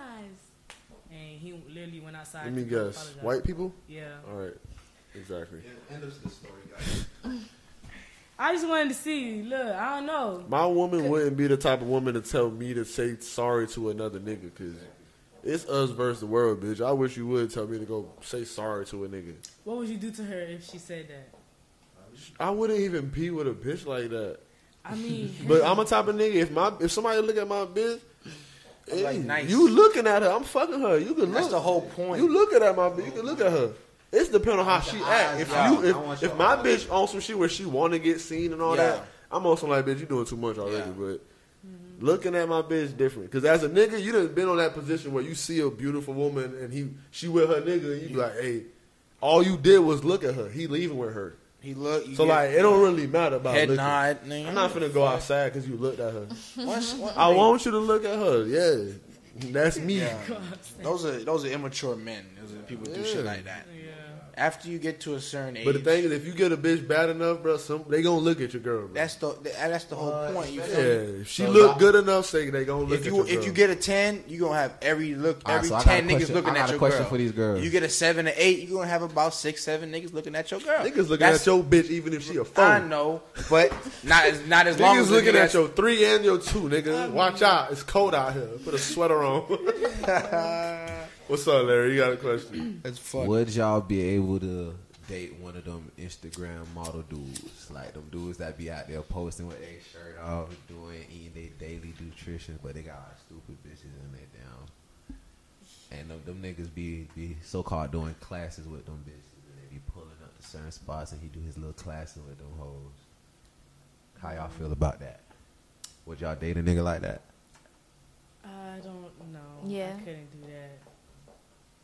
S4: And he literally went outside.
S2: Let me
S4: to go
S2: guess.
S4: apologize.
S2: White people?
S4: Yeah,
S2: All right. Exactly.
S3: End of the story, guys.
S4: I just wanted to see. Look, I don't know.
S2: My woman wouldn't be the type of woman to tell me to say sorry to another nigga because it's us versus the world, bitch. I wish you would tell me to go say sorry to a nigga.
S4: What would you do to her if she said that?
S2: I wouldn't even be with a bitch like that.
S4: I mean,
S2: But I'm a type of nigga. If my if somebody look at my bitch, hey,
S1: like, nice.
S2: you looking at her. I'm fucking her. You can
S1: That's
S2: look.
S1: the whole point.
S2: You looking at my bitch. You can look at her. It's depending on how she act. If you
S6: I want
S2: if,
S6: your
S2: if my
S6: eyes.
S2: bitch on some shit where she want to get seen and all
S1: Yeah.
S2: that, I'm also like, bitch, you doing too much already.
S1: Yeah.
S2: But looking at my bitch different. Cause as a nigga, you done been on that position where you see a beautiful woman and he she with her nigga, and you be like, hey, all you did was look at her. He leaving with her.
S1: He look. You
S2: So
S1: get
S2: like, it don't really matter about
S1: head
S2: looking.
S1: nod. Nigga.
S2: I'm not finna go outside because you looked at her.
S1: Once- once-
S2: I want you to look at her. Yeah, that's me.
S1: Yeah. Those are those are immature men. Those are the people who do shit
S2: Yeah.
S1: like that.
S4: yeah,
S1: After you get to a certain age,
S2: But the thing is, if you get a bitch bad enough, bro, some they gonna look at your girl. Bro.
S1: that's the that's the whole
S6: What?
S1: point. You
S2: yeah.
S1: feel me?
S2: If she
S6: So
S2: look
S6: y'all-
S2: good enough, say they gonna
S1: If
S2: look at
S1: you
S2: your girl.
S1: if you get a ten, you gonna have every look
S6: All right,
S1: every
S6: so I got a
S1: ten niggas
S6: question-
S1: looking
S6: I got
S1: at
S6: a
S1: your
S6: question
S1: girl.
S6: for these girls.
S1: You get a seven or eight, you gonna have about six seven niggas looking at your girl.
S2: niggas looking
S1: That's-
S2: at your bitch, even if she a
S1: I
S2: phone.
S1: know, but not as not as long
S2: Niggas
S1: as the
S2: looking
S1: nigga
S2: at your three and your two, nigga. Watch out, it's cold out here. Put a sweater on. What's up, Larry? You got a question?
S1: that's fucked.
S6: Would y'all be able to date one of them Instagram model dudes? Like them dudes that be out there posting with their shirt off, doing eating their daily nutrition, but they got like, stupid bitches in their down. And them, them niggas be be so called doing classes with them bitches, and they be pulling up to certain spots, and he do his little classes with them hoes. How y'all feel about that? Would y'all date a nigga like that?
S4: I don't know.
S5: Yeah.
S4: I couldn't do that.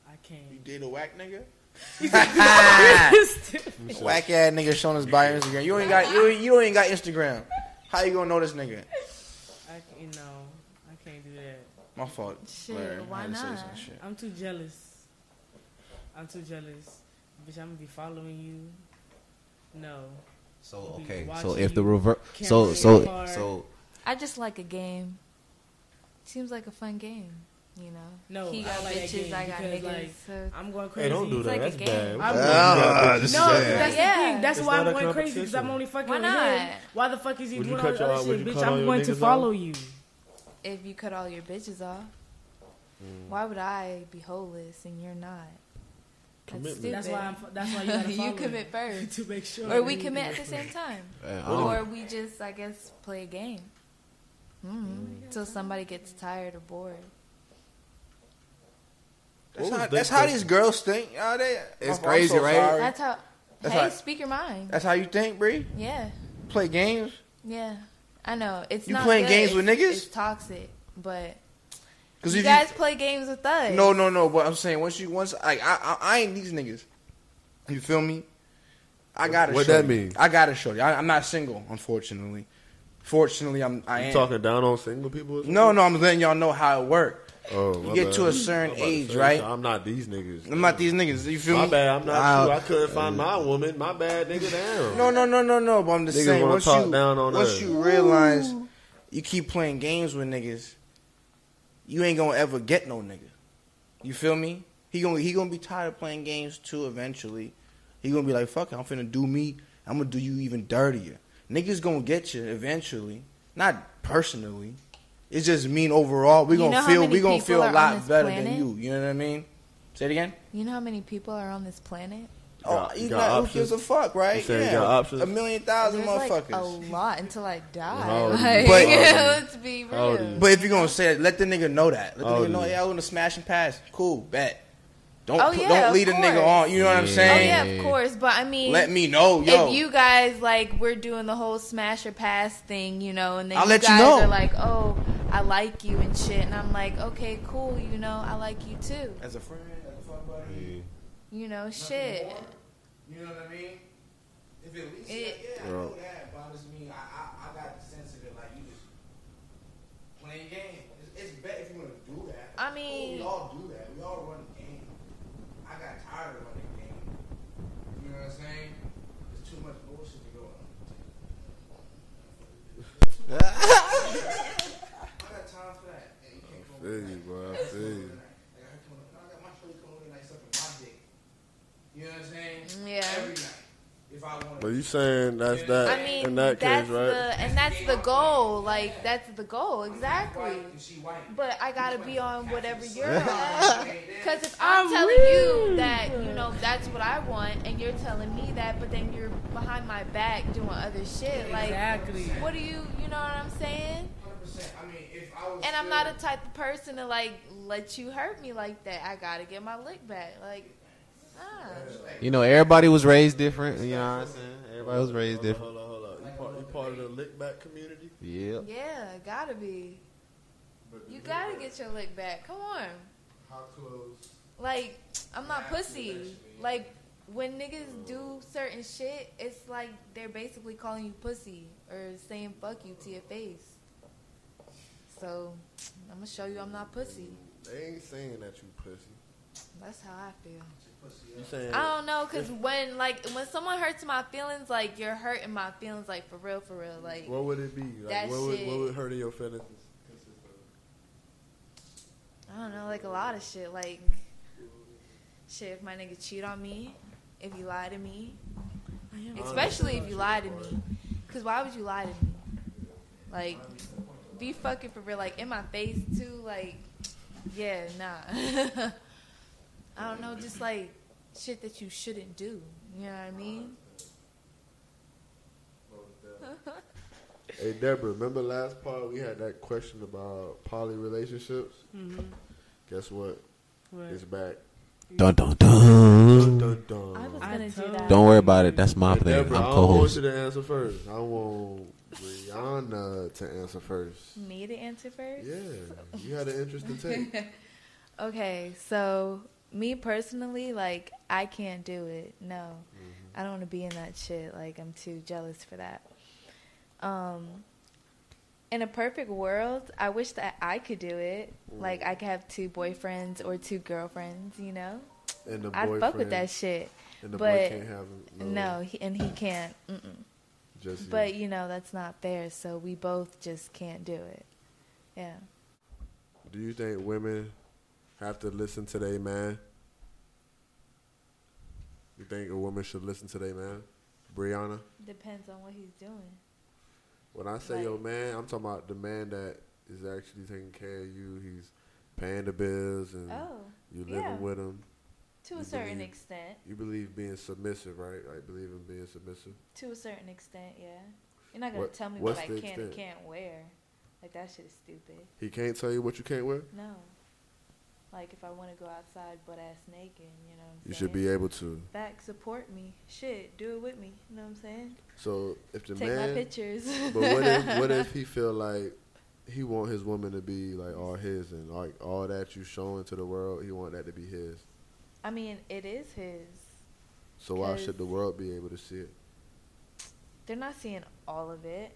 S4: I
S1: You
S4: can't.
S1: did a whack nigga.
S4: Stupid.
S1: Whack ass nigga showing his bio on Instagram. You ain't got you ain't, you ain't got Instagram. How you gonna know this nigga?
S4: I c- you know, I can't do that.
S1: My fault.
S5: Shit,
S1: Larry. I
S5: why
S1: had to say
S5: not?
S1: some shit.
S4: I'm too jealous. I'm too jealous. Bitch, I'm gonna be following you. No.
S6: So
S4: Be
S6: okay, so
S4: watching
S6: if the
S4: you,
S6: reverse, so
S4: carrying
S6: so
S4: your card.
S6: so
S5: I just like a game. Seems like a fun game, you know.
S4: No,
S5: he
S4: I
S5: got
S4: like that
S5: bitches,
S4: game
S5: I got
S4: because,
S5: niggas.
S4: like,
S5: so
S4: I'm going crazy.
S2: hey, don't do
S5: It's
S2: that.
S5: like a
S2: That's
S5: game.
S2: bad.
S4: I'm-
S2: Bad.
S4: No, that's the
S5: Yeah.
S4: thing. That's
S2: It's
S4: why
S2: not
S4: I'm
S2: a
S4: going crazy because I'm
S2: competition.
S4: only fucking
S5: Why
S4: with
S5: not?
S4: him. Why the fuck is you
S2: Would you
S4: doing all
S2: cut
S4: this
S2: your-
S4: other
S2: would
S4: shit,
S2: you
S4: bitch?
S2: cut all
S4: I'm
S2: your
S4: going to
S2: niggas off?
S4: follow you.
S5: if you cut all your bitches off,
S1: Mm.
S5: why would I be holeless and you're not? That's
S2: Commitment.
S5: stupid.
S4: That's why I'm. That's why you gotta
S5: You
S4: follow
S5: commit
S4: me
S5: first.
S4: to make sure.
S5: or we commit at the same time,
S6: eh, I
S1: Oh.
S6: don't-
S5: or we just, I guess, play a game. Mm-hmm.
S1: Mm.
S5: Till somebody gets tired or bored.
S1: That's,
S2: What was
S1: how,
S2: that
S1: that's how these
S2: question?
S1: girls think. Oh, they,
S6: It's
S1: my fault, I'm
S6: crazy,
S1: so
S6: right?
S1: sorry.
S5: That's how.
S1: That's
S5: hey,
S1: how-
S5: speak your mind.
S1: That's how you think, Bree?
S5: Yeah,
S1: Play games?
S5: yeah. I know it's
S1: You
S5: not
S1: playing
S5: good.
S1: games with
S5: It's-
S1: niggas?
S5: It's toxic, but
S1: Because
S5: you
S1: if
S5: guys play games with us.
S1: you, no, no, no. But I'm saying once you once like I I, I ain't these niggas. You feel me? I got to
S2: What that mean?
S1: I got to show you. I, I'm not single, unfortunately. Fortunately, I'm. I
S2: You
S1: am.
S2: talking down on single people? or something?
S1: No, no. I'm letting y'all know how it worked.
S2: Oh,
S1: You
S2: my
S1: get
S2: bad.
S1: to a certain
S2: I'm about to
S1: age,
S2: say,
S1: right?
S2: I'm not these niggas.
S1: I'm not these niggas. You feel
S2: My
S1: me?
S2: bad. I'm not.
S6: Wow.
S2: you. I couldn't find my woman. My bad, nigga. Damn.
S1: No, no, no, no, no. But I'm just
S2: Niggas
S1: saying,
S2: wanna
S1: once
S2: talk
S1: you
S2: down on
S1: once
S2: us.
S1: you realize you keep playing games with niggas, you ain't gonna ever get no nigga. You feel me? He gonna he gonna be tired of playing games too. Eventually, he gonna be like, "Fuck, it, I'm finna do me. I'm gonna do you even dirtier." Niggas gonna get you eventually. Not personally. It's just mean overall. We
S5: You
S1: gonna
S5: know how
S1: feel
S5: many
S1: we gonna
S5: people
S1: feel
S5: are
S1: a
S5: on
S1: lot
S5: this
S1: better than
S5: planet?
S1: you. You know what I mean? Say it again.
S5: You know how many people are on this planet?
S1: Oh,
S2: got-
S1: you
S2: you got
S1: not, who
S2: options?
S1: gives a fuck, right?
S2: You said you got options?
S1: a million thousand
S5: There's like
S1: motherfuckers.
S5: a lot until
S2: How
S5: I die.
S2: old are you?
S5: Like,
S1: But-
S5: let's be
S2: How old are
S5: real.
S2: you?
S1: But if you're gonna say it, let the nigga know that. Let the
S2: Oh,
S1: nigga know,
S2: yeah.
S1: yeah, I'm gonna smash and pass. Cool, bet. Don't
S5: Oh,
S1: put-
S5: yeah,
S1: don't
S5: of
S1: lead a nigga
S5: course.
S1: on. You know what I'm
S6: Yeah.
S5: oh
S1: saying?
S5: yeah, of course. But I mean,
S1: Let me know, yo.
S5: if you guys like we're doing the whole smash or pass thing, you know, and then
S1: I'll
S5: you
S1: let you
S5: guys
S1: know.
S5: are like, oh, I like you and shit, and I'm like, okay, cool, you know, I like you too,
S1: as a friend, as a fuck buddy.
S5: you know, Oh, shit.
S1: You know what I mean? If at least
S5: It-
S1: yeah, I
S2: Bro.
S1: know that, but I just mean I, I, I got the sense of it like you just playing games. It's, it's bet if you wanna do that.
S5: I mean-
S1: we all do that. We all run the game. I got tired of running the game. You know what I'm saying? There's too much bullshit to go on. I got time for that. And you can't go
S2: I feel you, bro. I feel you.
S1: Like, I come- I got my shorty come over and I suck my dick. You know what I'm saying?
S5: Yeah.
S1: Every night. If I want
S2: But you saying that's that
S5: I mean,
S2: in that
S5: that's
S2: case, right?
S5: the and that's the goal. Like that's the goal, exactly. But I gotta be on whatever you're on. Because if I'm telling you that you know that's what I want, and you're telling me that, but then you're behind my back doing other shit, like
S4: Exactly.
S5: what do you, you know what I'm saying? And I'm not a type of person to like let you hurt me like that. I gotta get my lick back, like. Nah.
S6: You know, everybody was raised different. You know what I'm saying? Everybody was raised
S2: Hold on, hold
S6: different.
S2: on, hold on. You part, you part of the lickback community?
S6: Yeah.
S5: Yeah, gotta be. You gotta get your lick back. Come on.
S2: How close?
S5: Like, I'm not pussy. Like, when niggas do certain shit, it's like they're basically calling you pussy or saying fuck you to your face. So, I'm gonna show you I'm not pussy.
S2: They ain't saying that you pussy.
S5: That's how I feel.
S2: You saying
S5: I don't know, cause when like when someone hurts my feelings, like you're hurting my feelings, like for real, for real, like
S2: what would it be? Like
S5: That
S2: what would,
S5: shit.
S2: what would hurt your feelings?
S5: I don't know, like a lot of shit. Like, shit, if my nigga cheat on me, if you lie to me, especially if you lie to me, because why would you lie to me? Like, be fucking for real, like in my face too. Like, yeah, nah. I don't know, just like shit that you shouldn't do. You know what I mean?
S2: Hey Deborah, remember last part we had that question about poly relationships?
S4: Mm-hmm.
S2: Guess what? It's back.
S6: Dun dun dun.
S2: Dun, dun, dun.
S7: I was
S4: I
S7: gonna do
S4: told-
S7: that.
S6: Don't worry about it. That's my
S2: Hey,
S6: player. I'm
S2: Deborah, I
S6: co
S2: don't want
S6: host.
S2: you to answer first. I want Rihanna to answer first.
S5: Me to answer first.
S2: Yeah, you had an interesting take.
S5: Okay, so me personally, like I can't do it. No, I don't want to be in that shit. Like I'm too jealous for that. Um, in a perfect world, I wish that I could do it. Like I could have two boyfriends or two girlfriends. You know,
S2: And the
S5: I'd
S2: boyfriend,
S5: fuck with that shit.
S2: and the boy
S5: but
S2: can't have it.
S5: No, he, and he can't. Mm-mm.
S2: Just you.
S5: But you know that's not fair. So we both just can't do it. Yeah.
S2: do you think women have to listen to their man? You think a woman should listen to their man, Brianna?
S5: Depends on what he's doing.
S2: When I say
S5: Like-
S2: your man, I'm talking about the man that is actually taking care of you. He's paying the bills and
S5: Oh,
S2: you living
S5: yeah.
S2: with him.
S5: to
S2: You
S5: a certain
S2: believe-
S5: extent.
S2: You believe being submissive, right? Like believe in being submissive.
S5: To a certain extent, yeah. You're not gonna
S2: What-
S5: tell me
S2: what's
S5: what I
S2: the
S5: can and
S2: extent?
S5: can't wear. Like that shit is stupid.
S2: He can't tell you what you can't wear.
S5: No. Like if I want to go outside butt ass naked, you know. What I'm
S2: You
S5: saying?
S2: should be able to.
S5: Back support me. Shit, do it with me. You know what I'm saying?
S2: So if the
S5: Take my
S2: man,
S5: pictures.
S2: but what if what if he feel like he want his woman to be like all his and like all that you showing to the world, he want that to be his.
S5: I mean, it is his.
S2: So why
S5: 'Cause-
S2: should the world be able to see it?
S5: They're not seeing all of it.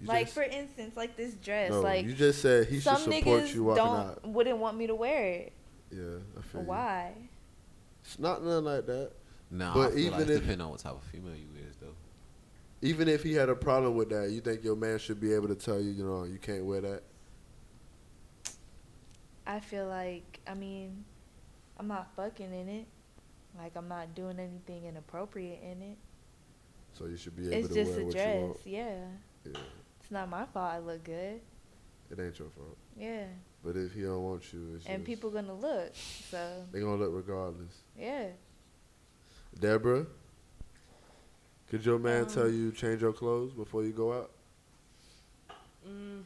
S2: You
S5: like
S2: just-
S5: for instance, like this dress.
S2: no,
S5: like
S2: you just said he should
S5: some
S2: support
S5: niggas
S2: you walking
S5: don't
S2: out.
S5: wouldn't want me to wear it.
S2: Yeah, I feel you.
S5: Why?
S2: It's not nothing like that.
S8: Nah,
S2: But
S8: I feel like
S2: even if-
S8: it's depending on what type of female you is though.
S2: Even if he had a problem with that, you think your man should be able to tell you, you know, you can't wear that.
S5: I feel like I mean, I'm not fucking in it. Like I'm not doing anything inappropriate in it.
S2: So you should be able
S5: it's
S2: to
S5: just
S2: wear
S5: a
S2: what you
S5: dress.
S2: want.
S5: Yeah.
S2: Yeah,
S5: It's not my fault. I look good.
S2: it ain't your fault.
S5: Yeah.
S2: But if he don't want you, it's
S5: and
S2: just-
S5: people gonna look. So
S2: they gonna look regardless.
S5: yeah.
S2: Deborah, could your man
S4: Um,
S2: tell you change your clothes before you go out?
S4: Mm,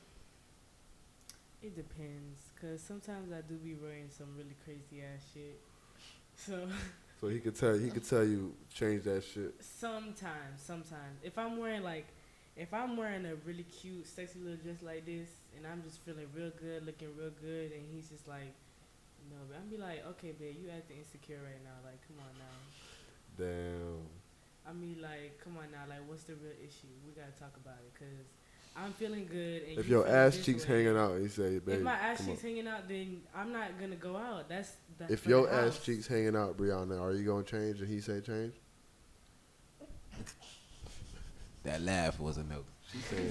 S4: it depends, cause sometimes I do be wearing some really crazy ass shit. So
S2: So he could tell he could tell you change that shit.
S4: sometimes, sometimes if I'm wearing like, if I'm wearing a really cute, sexy little dress like this, and I'm just feeling real good, looking real good, and he's just like, no, but I'm be like, okay, babe, you acting insecure right now. Like, come on now.
S2: Damn.
S4: I mean, like, come on now, like, what's the real issue? We gotta talk about it, cause I'm feeling good. And
S2: If
S4: you
S2: your
S4: feeling
S2: ass
S4: this
S2: cheeks
S4: way.
S2: hanging out, he say,
S4: if
S2: baby,
S4: my ass
S2: come on.
S4: cheeks hanging out, then I'm not gonna go out. That's that's
S2: If
S4: for
S2: your
S4: the
S2: ass
S4: house.
S2: cheeks hanging out, Brianna, are you gonna change? And he say change.
S8: That laugh was a milk.
S2: She saying,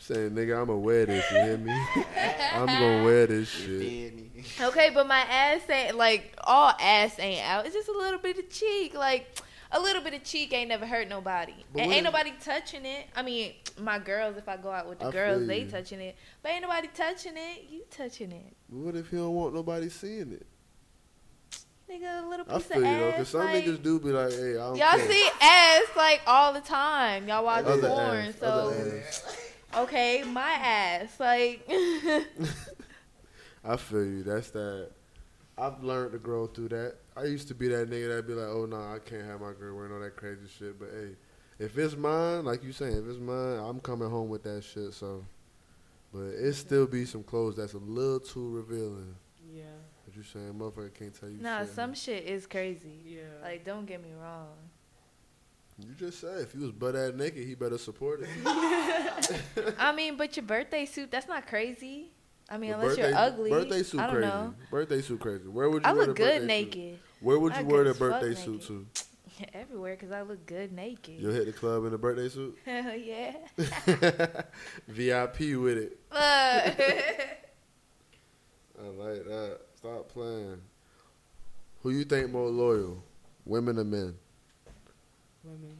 S2: saying, nigga, I'ma wear this. You hear me? I'm gonna wear this shit.
S5: Okay, but my ass ain't like all ass ain't out. It's just a little bit of cheek. Like a little bit of cheek ain't never hurt nobody.
S2: But
S5: and
S2: what
S5: ain't
S2: if-
S5: nobody touching it. I mean, my girls, if I go out with the
S2: I
S5: girls,
S2: feel
S5: they
S2: you.
S5: touching it. But ain't nobody touching it. You touching it.
S2: But what if he don't want nobody seeing it?
S5: Nigga, a little
S2: I
S5: piece
S2: feel
S5: of
S2: you though,
S5: ass.
S2: cause some
S5: like,
S2: niggas do be like, hey, I don't
S5: y'all
S2: care.
S5: see ass like all the time. Y'all watch
S2: Other
S5: porn.
S2: ass,
S5: so
S2: other ass.
S5: okay, my ass. Like
S2: I feel you. That's that. I've learned to grow through that. I used to be that nigga that'd be like, oh no, I can't have my girl wearing all that crazy shit. But hey, if it's mine, like you saying, if it's mine, I'm coming home with that shit. So, but it still be some clothes that's a little too revealing.
S4: Yeah,
S2: But you saying, motherfucker can't tell you.
S5: nah,
S2: shit.
S5: some shit is crazy.
S4: yeah.
S5: Like don't get me wrong.
S2: You just said if he was butt ass naked, he better support it.
S5: I mean, but your birthday suit, that's not crazy. I mean,
S2: Your
S5: unless you're ugly.
S2: Birthday suit
S5: I don't
S2: crazy.
S5: know.
S2: Birthday suit crazy. Where would you
S5: I
S2: wear
S5: look
S2: the birthday
S5: good naked.
S2: Suit? Where would
S5: I
S2: you wear the
S5: good as fuck
S2: birthday suit
S5: naked.
S2: to?
S5: Everywhere because I look good naked.
S2: You'll hit the club in a birthday suit.
S5: Hell yeah.
S2: VIP with it.
S5: Look.
S2: I like that. Stop playing. Who you think more loyal, women or men?
S4: Women,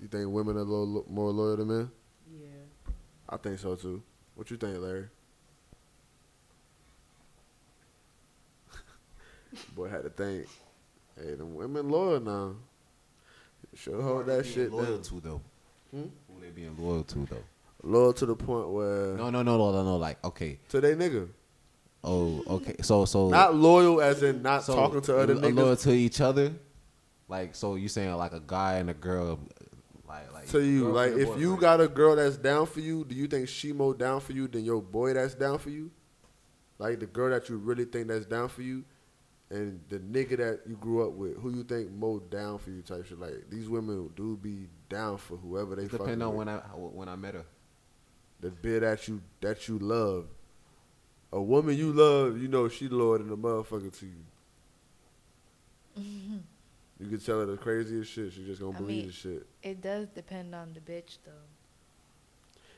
S2: You think women are lo- lo- more loyal than men?
S4: yeah.
S2: I think so too. What you think, Larry? Boy had to think. Hey, the women loyal now. Sure hold that shit
S8: loyal
S2: down.
S8: to though.
S2: Hmm?
S8: Who they being loyal to though?
S2: Loyal to the point where
S8: No, no, no, no, no, no. Like okay,
S2: to they nigga.
S8: oh, okay. So, so
S2: Not loyal as in not
S8: so,
S2: talking to other
S8: lo-
S2: niggas.
S8: Loyal to each other. Like so, you saying like a guy and a girl, like like
S2: to you. Like
S8: girlfriend,
S2: if you
S8: boyfriend.
S2: got a girl that's down for you, do you think she more down for you than your boy that's down for you? Like the girl that you really think that's down for you, and the nigga that you grew up with, who you think more down for you type shit. Like these women do be down for whoever they.
S8: It depend
S2: fucking
S8: on when
S2: with.
S8: I when I met her.
S2: the bitch that you that you love. A woman you love, you know she loyal than a motherfucker to you. You can tell her the craziest shit. She just gonna
S5: I
S2: believe
S5: mean,
S2: the shit.
S5: it does depend on the bitch, though.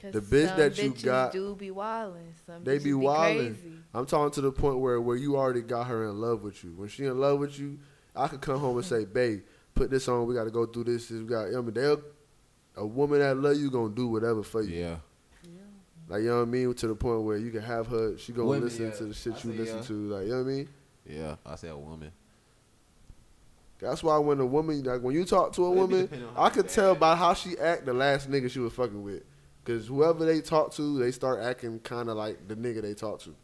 S5: 'Cause
S2: The bitch
S5: some
S2: that you
S5: bitches
S2: got,
S5: do be wildin'. Some
S2: they
S5: bitches
S2: be wildin'.
S5: crazy.
S2: I'm talking to the point where where you already got her in love with you. When she in love with you, I could come home and say, "Babe, put this on. We got to go through this. this, We got." I mean, they'll a woman that love you gonna do whatever for you.
S8: Yeah,
S2: Like you know what I mean. To the point where you can have her. She gonna
S8: Women,
S2: listen
S8: yeah.
S2: to the
S8: I
S2: shit you
S8: see,
S2: listen
S8: yeah.
S2: to. Like you know what I mean.
S8: yeah. I said a woman.
S2: That's why when a woman like when you talk to a
S8: Well, it be
S2: woman,
S8: depending on how
S2: I
S8: you
S2: could
S8: act.
S2: tell by how she act the last nigga she was fucking with. Cause whoever they talk to, they start acting kind of like the nigga they talk to.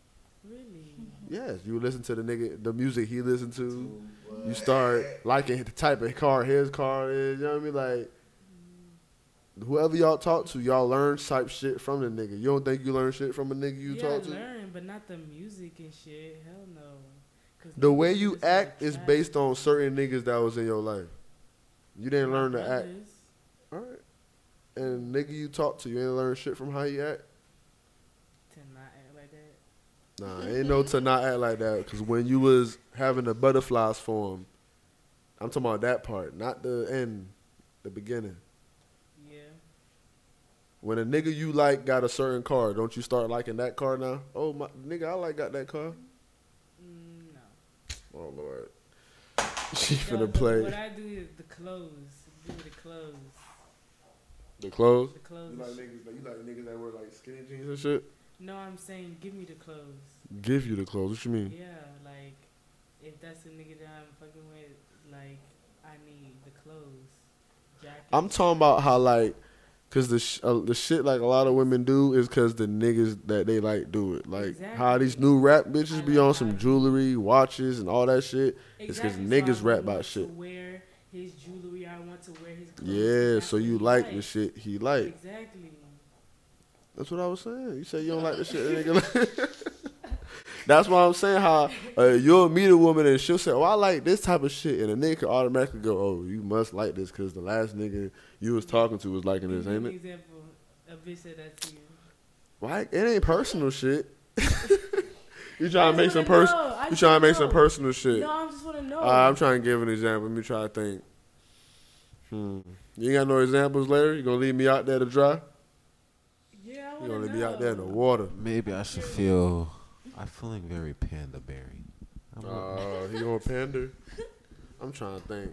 S4: Really?
S2: Yes, you listen to the nigga, the music he listened to. You start liking the type of car his car is. You know what I mean? Like whoever y'all talk to, y'all learn type shit from the nigga. You don't think you learn shit from a nigga you
S4: yeah,
S2: talk
S4: I
S2: to?
S4: learn, but not the music and shit. Hell no. 'Cause
S2: The
S4: niggas
S2: way
S4: is
S2: you
S4: just
S2: act
S4: like
S2: is
S4: trash.
S2: based on certain niggas that was in your life. You didn't learn to act.
S4: Others.
S2: All right. And nigga you talk to, you ain't learn shit from how you act.
S4: To not act like that.
S2: Nah, ain't no to not act like that. Cause when you was having the butterflies form, I'm talking about that part, not the end, the beginning.
S4: Yeah.
S2: When a nigga you like got a certain car, don't you start liking that car now? Oh my nigga, I like got that car.
S4: Mm, no.
S2: Oh lord, she
S4: No,
S2: finna
S4: but What
S2: play
S4: I do is the clothes. Do the clothes.
S2: the clothes.
S4: The clothes.
S2: You
S4: is-
S2: like niggas, you like niggas that wear like skinny jeans and shit.
S4: No, I'm saying give me the clothes.
S2: Give you the clothes. What you mean?
S4: Yeah, like if that's the nigga that I'm fucking with, like I need the clothes. Jacket.
S2: I'm talking about how like, cause the sh- uh, the shit like a lot of women do is cause the niggas that they like do it. Like how these new rap bitches
S4: I
S2: be
S4: like
S2: on
S4: how-
S2: some jewelry, watches, and all that shit. It's cause
S4: Exactly, so
S2: niggas
S4: I
S2: rap
S4: want
S2: about
S4: to
S2: shit.
S4: Wear his jewelry. I want to wear his. Clothes
S2: Yeah, so
S4: That's
S2: you
S4: what
S2: like the shit he like.
S4: Exactly.
S2: That's what I was saying. You said you don't like the shit. that Nigga. like. That's why I'm saying how uh, you'll meet a woman and she'll say, "Oh, I like this type of shit," and a nigga can automatically go, "Oh, you must like this because the last nigga you was talking to was liking this,
S4: Give me
S2: ain't
S4: an
S2: it?"
S4: Example. A bitch said that to you.
S2: Like it ain't personal shit. you trying to
S4: just
S2: make some
S4: wanna
S2: pers-
S4: know. I
S2: You trying
S4: just
S2: to
S4: wanna
S2: make some
S4: know.
S2: personal shit.
S4: No, I just want to know.
S2: Uh, I'm trying to give an example. Let me try to think. Hmm. You ain't got no examples later. You gonna leave me out there to dry?
S4: yeah, I
S2: You
S4: want
S2: gonna
S4: to
S2: leave
S4: know.
S2: me out there in the water?
S8: Maybe I should feel. I'm feeling very panda berry. I'm,
S2: Oh, he gonna pander. I'm trying to think.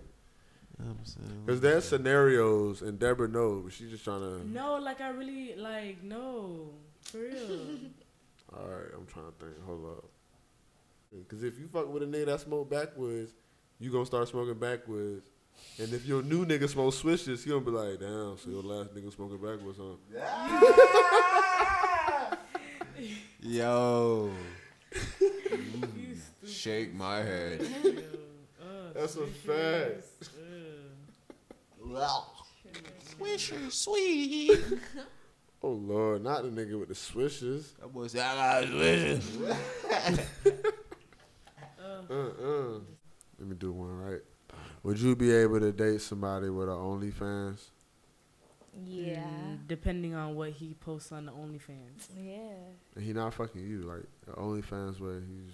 S8: I'm saying,
S2: Cause there's scenarios, and Deborah knows, but she's just trying to.
S4: No, like I really like no. For real.
S2: All right, I'm trying to think. Hold up. Because if you fuck with a nigga that smoke backwards, you gonna start smoking backwards. And if your new nigga smoke swishes, he gonna be like, damn, so your last nigga smoking backwards, huh?
S8: yo,
S4: You stupid.
S8: shake my head.
S4: Ugh,
S2: That's a
S4: swishes. Ugh.
S8: Swisher, sweet.
S2: Oh, Lord, not the nigga with the swishes.
S8: That boy said, I got swisher.
S2: Uh-uh. Let me do one right. Would you be able to date somebody with a OnlyFans?
S5: Yeah.
S2: Mm-hmm.
S4: Mm, Depending on what he posts on the OnlyFans.
S5: Yeah.
S2: And he not fucking you. Like, a OnlyFans where he's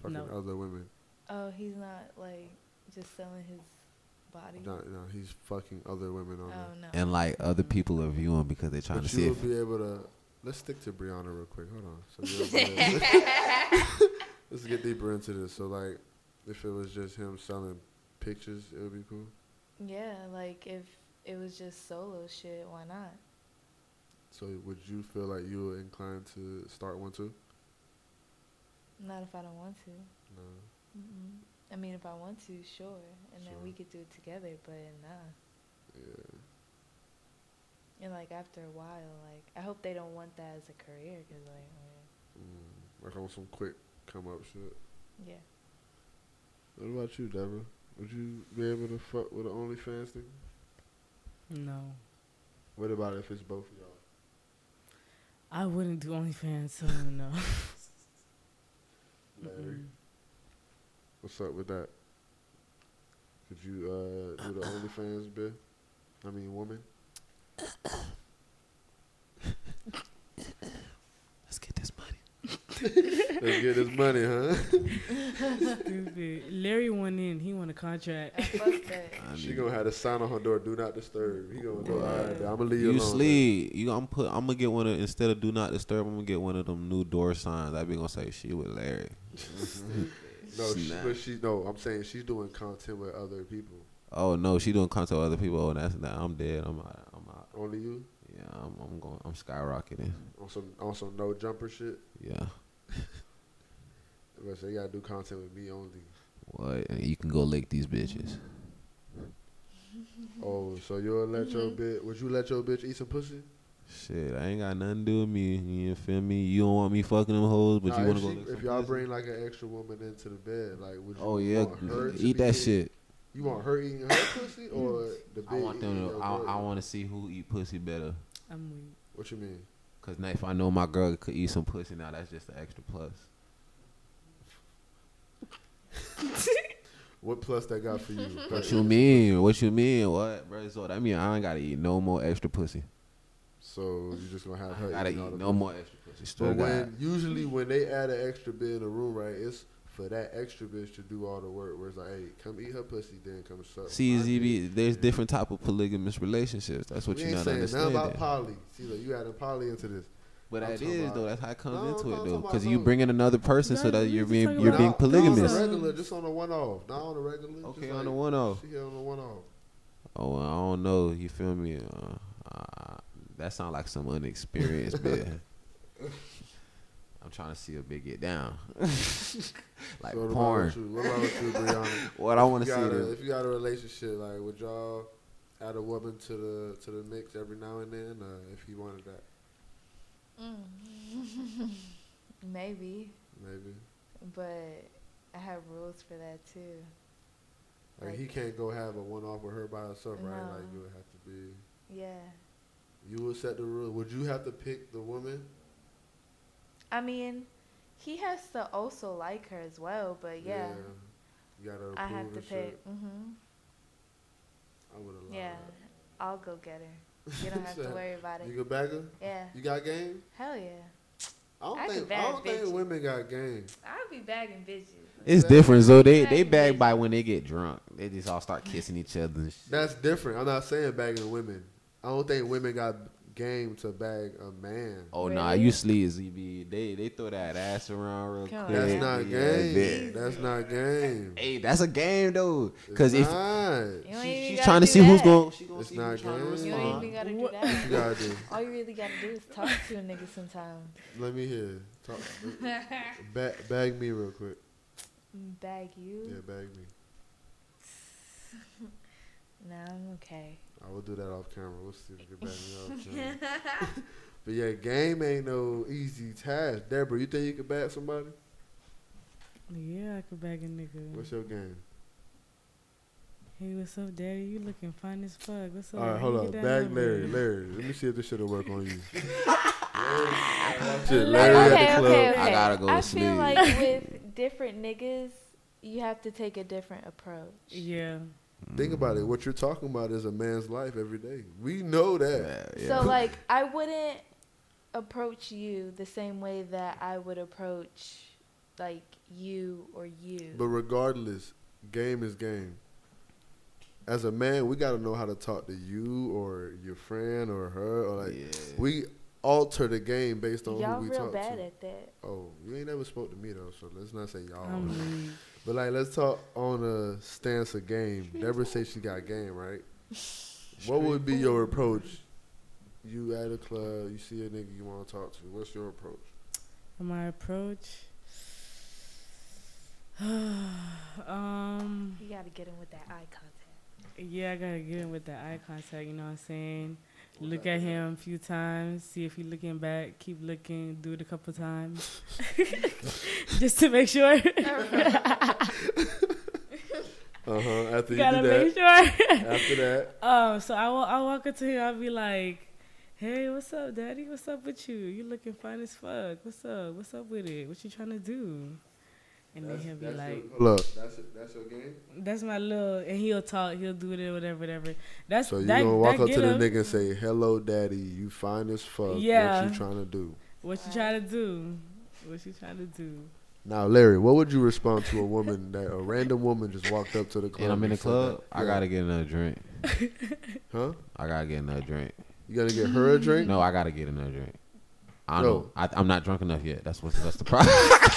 S2: fucking
S4: No.
S2: other women.
S5: Oh, he's not like just selling his body.
S2: No, no, he's fucking other women on
S5: Oh
S2: there.
S5: no.
S8: And like other people are viewing because they're trying
S2: but
S8: to
S2: you
S8: see
S2: will
S8: if
S2: be able to. Let's stick to Brianna real quick. Hold on. So we'll- let's get deeper into this. So, like, if it was just him selling pictures, it would be cool.
S5: yeah, like if it was just solo shit, why not?
S2: So, would you feel like you were inclined to start one too?
S5: Not if I don't want to.
S2: No.
S5: Mm-mm. I mean, if I want to, sure, and then
S2: Sure.
S5: we could do it together. But nah.
S2: Yeah.
S5: And like after a while, like I hope they don't want that as a career, cause like, I
S2: Mm. Like on some quick come up shit.
S5: mean, yeah.
S2: What about you, Deborah? Would you be able to fuck with an OnlyFans thing?
S4: No.
S2: What about if it's both of y'all?
S4: I wouldn't do OnlyFans, so no.
S2: Larry, what's up with that? Could you uh, do the OnlyFans bit? I mean, woman.
S8: let's get this money.
S2: Let's get this money, huh?
S4: Stupid. Larry went in. He won a contract.
S5: I fuck that.
S8: I
S2: She
S8: need-
S2: gonna have a sign on her door. Do not disturb. He gonna go. All right, I'm gonna leave you
S8: You
S2: alone.
S8: sleep. You I'm put. I'm gonna get one of instead of do not disturb. I'm gonna get one of them new door signs. I be gonna say she with Larry.
S2: No, she,
S8: Snap.
S2: but she no. I'm saying she's doing content with other people.
S8: Oh no, she doing content with other people. Oh, that's that. I'm dead. I'm out. I'm out.
S2: Only you
S8: Yeah, I'm, I'm going. I'm skyrocketing.
S2: on some on some no jumper shit.
S8: Yeah.
S2: I'm gonna say you gotta do content with me only.
S8: What? And you can go lick these bitches. Mm-hmm.
S2: Oh, so you'll let your bitch? Would you let your bitch eat some pussy?
S8: Shit, I ain't got nothing to do with me. You feel me? You don't want me fucking them hoes, but
S2: Nah,
S8: you want
S2: if,
S8: to go.
S2: she-
S8: look
S2: if y'all
S8: someplace?
S2: bring like an extra woman into the bed, like would you
S8: Oh yeah,
S2: want her to
S8: eat
S2: be
S8: that
S2: eating-
S8: shit.
S2: You want her eating her pussy or the bitch?
S6: I want them.
S2: eating
S6: To,
S2: your
S6: I,
S2: girl?
S6: I want to see who eat pussy better.
S4: I'm weak.
S2: What you mean?
S6: Cause now if I know my girl could eat some pussy, now that's just an extra plus.
S2: What plus that got for you?
S6: What you mean? What you mean? What, bro? So that mean I ain't gotta eat no more extra pussy.
S2: So you just gonna have
S6: I
S2: her
S6: ain't gotta
S2: eating all
S6: eat
S2: the
S6: no more extra pussy. Still
S2: But
S6: got.
S2: when usually when they add an extra bit in the room, right? It's for that extra bitch to do all the work. Where it's like, hey, come eat her pussy, then come suck.
S8: See,
S2: my dick.
S8: ZB, there's different type of polygamous relationships. That's what
S2: we
S8: you're
S2: ain't
S8: not
S2: saying nothing
S8: understanding.
S2: about poly. See, look, you adding poly into this.
S6: But
S2: I'm
S6: that
S2: talking
S6: is
S2: about-
S6: though. That's how it comes
S2: No,
S6: into
S2: no,
S6: it
S2: I'm
S6: though.
S2: talking
S6: Cause
S2: about
S6: you
S2: no.
S6: bring in another person so
S4: No,
S6: that
S4: you
S6: you're
S4: just
S6: being
S4: talking
S6: you're
S2: Not-
S4: about-
S6: being
S2: not on
S6: polygamous.
S2: the regular, just on the one off, not on the regular. just
S6: Okay,
S2: like,
S6: on the one off.
S2: She here on the one off.
S8: Oh, I don't know. You feel me? Uh, uh, that sounds like some unexperienced bit. I'm trying to see a bit get down, like
S2: So what about
S8: porn.
S2: with you? What about with you, Brianna?
S8: What I want to
S2: If you
S8: see
S2: got a-
S8: the
S2: if you got a relationship, like would y'all add a woman to the to the mix every now and then, uh, if you wanted that,
S5: Mm. Maybe,
S2: maybe.
S5: but I have rules for that too.
S2: Like he can't go have a one off with her by herself, right? Like
S5: No.
S2: you would have to be.
S5: Yeah.
S2: You would set the rule. Would you have to pick the woman?
S5: I mean, he has to also like her as well, but yeah,
S2: You gotta approve
S5: I have to
S2: and
S5: pick.
S2: shit.
S5: hmm
S2: I would allow
S5: Yeah, I'll go get her. You don't have to
S2: Shit.
S5: worry about
S2: that.
S5: it.
S2: You go back her?
S5: yeah.
S2: You got game?
S5: Hell yeah.
S2: I don't
S5: I could
S2: think I
S5: bag
S2: don't
S5: bitches.
S2: think women got game.
S5: I'll be bagging bitches.
S6: It's different. So they they
S5: Bagging
S6: bag
S5: bitches.
S6: by when they get drunk. They just all start kissing each other. And shit.
S2: That's different. I'm not saying bagging women. I don't think women got game to bag a man.
S6: Oh nah,
S5: Really?
S6: you sleep ZB. They they throw that ass around real
S5: Come
S6: quick.
S5: on.
S2: That's
S5: Yeah.
S2: not
S6: Yeah,
S2: game.
S6: that-
S2: That's not game.
S6: Hey, that's a game though.
S2: It's
S6: Cause if
S2: not.
S5: You don't
S6: she,
S5: even
S6: she's
S5: gotta
S6: trying to
S5: do
S6: see who's
S5: that.
S6: going, she gonna
S2: It's
S6: see who's
S2: not
S6: trying to
S2: game.
S5: You don't even
S6: respond.
S5: gotta do
S4: What?
S2: you
S5: that.
S2: gotta do.
S5: All you really gotta do is talk to a nigga sometimes.
S2: Let me hear. Talk, ba- bag me real quick.
S5: Bag you?
S2: Yeah, bag me.
S5: Nah, I'm okay.
S2: I will do that off camera. We'll see if we can back me off camera. but yeah, game ain't no easy task. Deborah, you think you could bag somebody?
S4: Yeah, I could bag a nigga.
S2: What's your game?
S4: Hey, what's up, daddy? You looking fine as fuck. What's up?
S2: All right,
S4: man?
S2: hold
S4: You
S2: on.
S4: get that
S2: Bag
S4: number.
S2: Larry. Larry, let me see if this shit'll work on you. Larry, Shit, Larry at the
S5: okay,
S2: club.
S5: okay, okay.
S6: I gotta go
S5: I
S6: to sleep.
S5: feel like with different niggas, you have to take a different approach.
S4: Yeah.
S2: Think about it. What you're talking about is a man's life every day. We know that.
S6: Yeah, yeah.
S5: So, like, I wouldn't approach you the same way that I would approach, like, you or you.
S2: But regardless, game is game. As a man, we gotta know how to talk to you or your friend or her or like
S6: Yeah.
S2: we alter the game based on
S5: Y'all
S2: who we
S5: real
S2: talk
S5: bad
S2: to.
S5: at that.
S2: Oh, you ain't never spoke to me though, so let's not say y'all.
S4: I'm
S5: Um.
S4: weak.
S2: But like, let's talk on a stance of game. Deborah said she got game, right? What would be your approach? You at a club, you see a nigga you want to talk to. What's your approach?
S4: My approach. um.
S5: You gotta get in with that eye contact.
S4: Yeah, I gotta get in with the eye contact. You know what I'm saying? Look at him a few times, see if he looking back. Keep looking. Do it a couple times, just to make sure.
S2: Uh huh. After you
S4: gotta
S2: do
S4: make
S2: that,
S4: sure.
S2: after that,
S4: Um, so I will. I walk up to him. I'll be like, "Hey, what's up, daddy? What's up with you? You looking fine as fuck. What's up? What's up with it? What you trying to do?" And then he'll be like,
S2: look, that's that's your game.
S4: "That's my little." And he'll talk. He'll do it. Whatever. Whatever. That's
S2: So you
S4: that,
S2: gonna walk
S4: that
S2: up to
S4: get
S2: the
S4: him.
S2: nigga and say, "Hello, daddy. You fine as fuck.
S4: Yeah.
S2: What you trying to do?"
S4: What you trying to do? What you trying to do?
S2: Now, Larry, what would you respond to a woman that a random woman just walked up to the club?
S6: and I'm in the
S2: said
S6: club.
S2: that?
S6: I
S2: Yeah.
S6: gotta get another drink.
S2: huh?
S6: I gotta get another drink.
S2: You gotta get her a
S4: Mm.
S2: drink.
S6: No, I gotta get another drink. I
S2: Yo.
S6: know. I, I'm not drunk enough yet. That's what's that's the problem.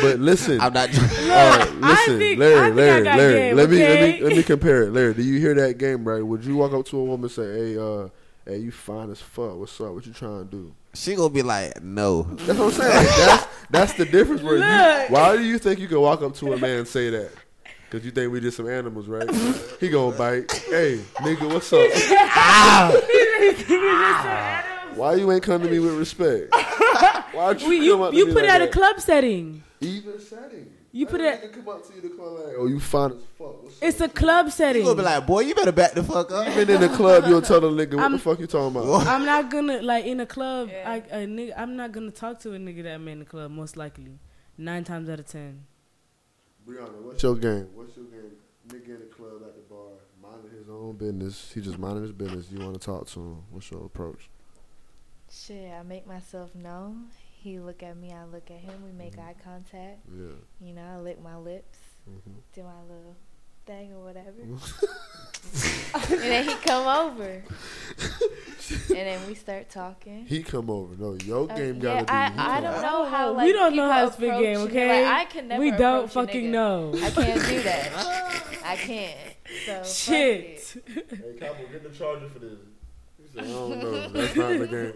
S2: But listen,
S6: I'm not drunk.
S2: All right,
S4: I
S2: listen,
S4: think- I
S2: Larry,
S4: think I
S2: Larry,
S4: got
S2: Larry.
S4: game,
S2: let me let me
S4: okay?
S2: let me compare it. Larry, do you hear that game right? Would you walk up to a woman and say, "Hey, uh, hey, you fine as fuck. What's up? What you trying to do?"
S6: She gonna be like, no.
S2: That's what I'm saying. Like, that's that's the difference. Where
S4: Look.
S2: you, why do you think you can walk up to a man and say that? Because you think we just some animals, right? He gonna bite. Hey, nigga, what's up?
S4: everything you just said,
S2: Ah!
S4: Adam.
S2: Why you ain't come to me with respect? Why
S4: We,
S2: come
S4: you
S2: up to
S4: you
S2: me
S4: put it
S2: like
S4: at a
S2: that?
S4: club setting.
S2: Even setting.
S4: You
S2: I
S4: put
S2: didn't
S4: it-
S2: even come up to you to call like, oh, you fine as fuck. What's
S4: It's a club setting.
S9: You gonna be like, boy, you better back the fuck up.
S2: Even in the club, you'll tell the nigga what
S4: I'm-
S2: the fuck you talking about.
S4: I'm not gonna like in a club. I, a nigga, I'm not gonna talk to a nigga that I'm in the club. Most likely, nine times out of ten.
S2: Brianna, what's your game? What's your game? Nigga in the club at the bar, minding his own business. He just minding his business. You want to talk to him? What's your approach?
S5: Shit, I make myself known. He look at me, I look at him. We make
S2: Mm-hmm.
S5: eye contact.
S2: Yeah. mm-hmm.
S5: You know, I lick my lips, do my little thing or whatever. and then he come over. and then we start talking.
S2: He come over. No,
S4: Oh,
S2: your
S5: Uh,
S2: game
S5: yeah,
S2: gotta be. you
S5: I,
S2: come
S5: I don't
S2: over.
S5: know how. Like,
S4: we don't know
S5: people
S4: how to spit
S5: approach
S4: game,
S5: you. Like,
S4: okay?
S5: I can never.
S4: we don't
S5: approach a
S4: fucking
S5: nigga.
S4: know.
S5: I can't do that. I can't. So fuck it.
S4: Shit.
S2: Hey, Capo, get the charger for this. He said, I don't know. That's not the game.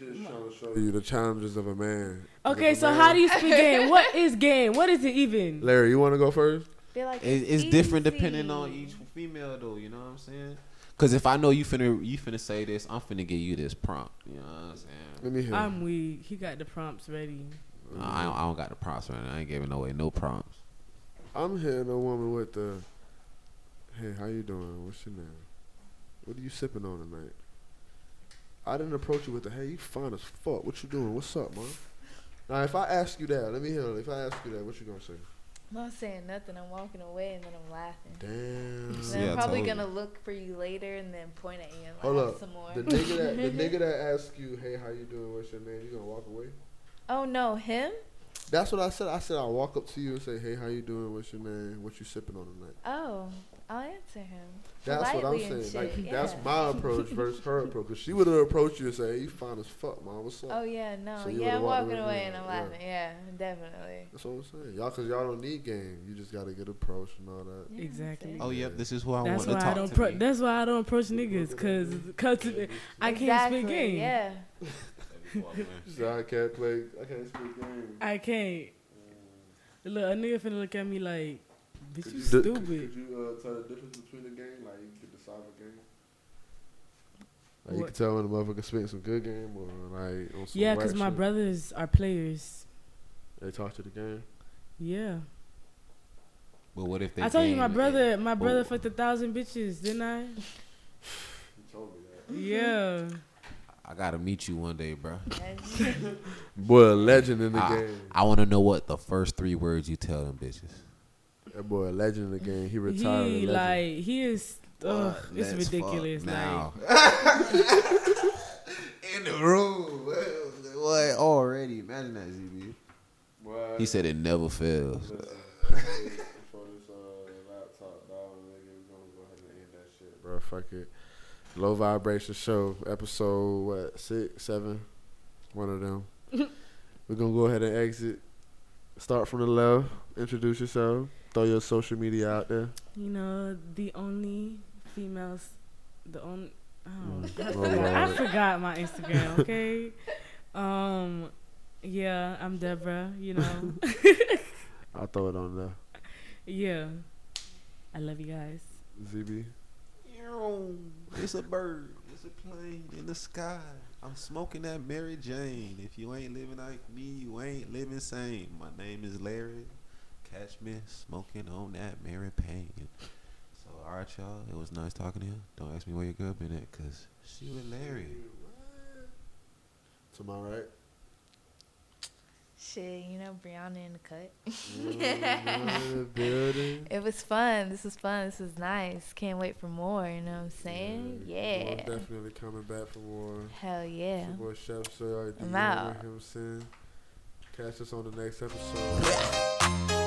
S2: I'm just trying to show you the challenges of a man.
S4: Okay, so how do you spit game? What is game? What is it even?
S2: Larry, you want to go first?
S5: Be like,
S6: It, it's different depending
S5: easy.
S6: on each female, though. You know what I'm saying? Because if I know you finna you finna say this, I'm finna give you this prompt. You know what I'm saying?
S2: Let me hear.
S4: I'm weak. He got the prompts ready.
S6: No, I, don't, I don't got the prompts right now. I ain't giving away no prompts.
S2: I'm hitting a woman with the, hey, how you doing? What's your name? What are you sipping on tonight? I didn't approach you with the, hey, you fine as fuck. What you doing? What's up, man? Now, if I ask you that, let me hear. If I ask you that, what you gonna say?
S5: I'm not saying nothing. I'm walking away and then I'm laughing.
S2: Damn.
S5: And
S6: Yeah, I
S5: I'm probably
S6: told you.
S5: gonna look for you later and then point at you and
S2: Hold
S5: laugh
S2: up.
S5: some more.
S2: The nigga that the nigga that asks you, hey, how you doing? What's your name? You gonna walk away?
S5: oh no, him?
S2: That's what I said. I said I'll walk up to you and say, hey, how you doing? What's your name? What you sipping on tonight?
S5: Oh, I'll answer him.
S2: That's
S5: Politely
S2: what I'm
S5: and
S2: saying. Like
S5: shit,
S2: that's
S5: yeah.
S2: my approach versus her approach. 'Cause she would have approached you and say, hey, you fine as fuck, man. What's up?
S5: Oh yeah, no,
S2: So you
S5: yeah,
S2: would've
S5: I'm
S2: walked
S5: walking
S2: away from
S5: away and I'm
S2: that, yeah.
S5: laughing. Yeah, definitely.
S2: That's what I'm saying. Y'all, cause y'all don't need game. You just gotta get approached and all that.
S5: Yeah,
S4: Exactly.
S5: see?
S6: Oh, yep. This is who I
S4: That's
S6: want to
S4: why I
S6: talk
S4: don't.
S6: to.
S4: Pro-
S6: me.
S4: that's why I don't approach niggas, cause, cause to- I can't
S5: Exactly,
S4: spit game.
S5: Yeah.
S2: She said, I can't play. I can't speak game. Uh,
S4: I can't. Look, a nigga finna look at me like, bitch,
S2: d-
S4: you stupid.
S2: Could you uh, tell the difference between the game? Like you could decipher game. Like, you
S4: What?
S2: can tell when a motherfucker spitting some good game or like on some
S4: yeah,
S2: whack
S4: cause my
S2: shit.
S4: brothers are players.
S2: They talk to the game.
S4: Yeah,
S6: But what if they?
S4: I told you
S6: game
S4: my
S6: it?
S4: brother. My brother
S6: Oh.
S4: fucked a thousand bitches, didn't I?
S2: He told me that.
S4: Yeah.
S6: I gotta meet you one day, bro.
S2: Boy, a legend in
S4: Ah.
S2: the
S6: I,
S2: game.
S6: I want to know what the first three words you tell them bitches.
S2: That boy, a legend in the game. He retired.
S4: He
S2: legend.
S4: like he is. Ugh,
S6: What? Let's
S4: it's
S6: fuck
S4: ridiculous. Like
S6: now. in the room. What already? Imagine that, ZB.
S2: Boy,
S6: He said it never fails.
S2: Before this uh, laptop down, nigga, we gonna go ahead and end that shit, bro. Fuck it. Low vibration show episode what six seven, one of them. We're gonna go ahead and exit. Start from the left. Introduce yourself. Throw your social media out there.
S4: you know, the only females, the only. Oh,
S2: Mm.
S4: I,
S2: Roll
S4: forgot, I
S2: over.
S4: forgot my Instagram. Okay. um. Yeah, I'm Deborah. You know.
S2: I'll throw it on there.
S4: yeah. I love you guys.
S2: ZB.
S6: It's a bird. It's a plane in the sky. I'm smoking that Mary Jane. If you ain't living like me, you ain't living sane. My name is Larry. Catch me smoking on that Mary Payne. So, all right, y'all. It was nice talking to you. Don't ask me where your girl been at, cause she with Larry.
S2: To my right.
S5: Shit, you know Brianna in the cut.
S2: Another Mm-hmm. building.
S5: It was fun. This was fun. This was nice. Can't wait for more. You know what I'm saying?
S2: Most
S5: Yeah.
S2: Definitely coming back for more.
S5: Hell yeah.
S2: Your boy Chef Sir,
S5: I'm out.
S2: Catch us on the next episode.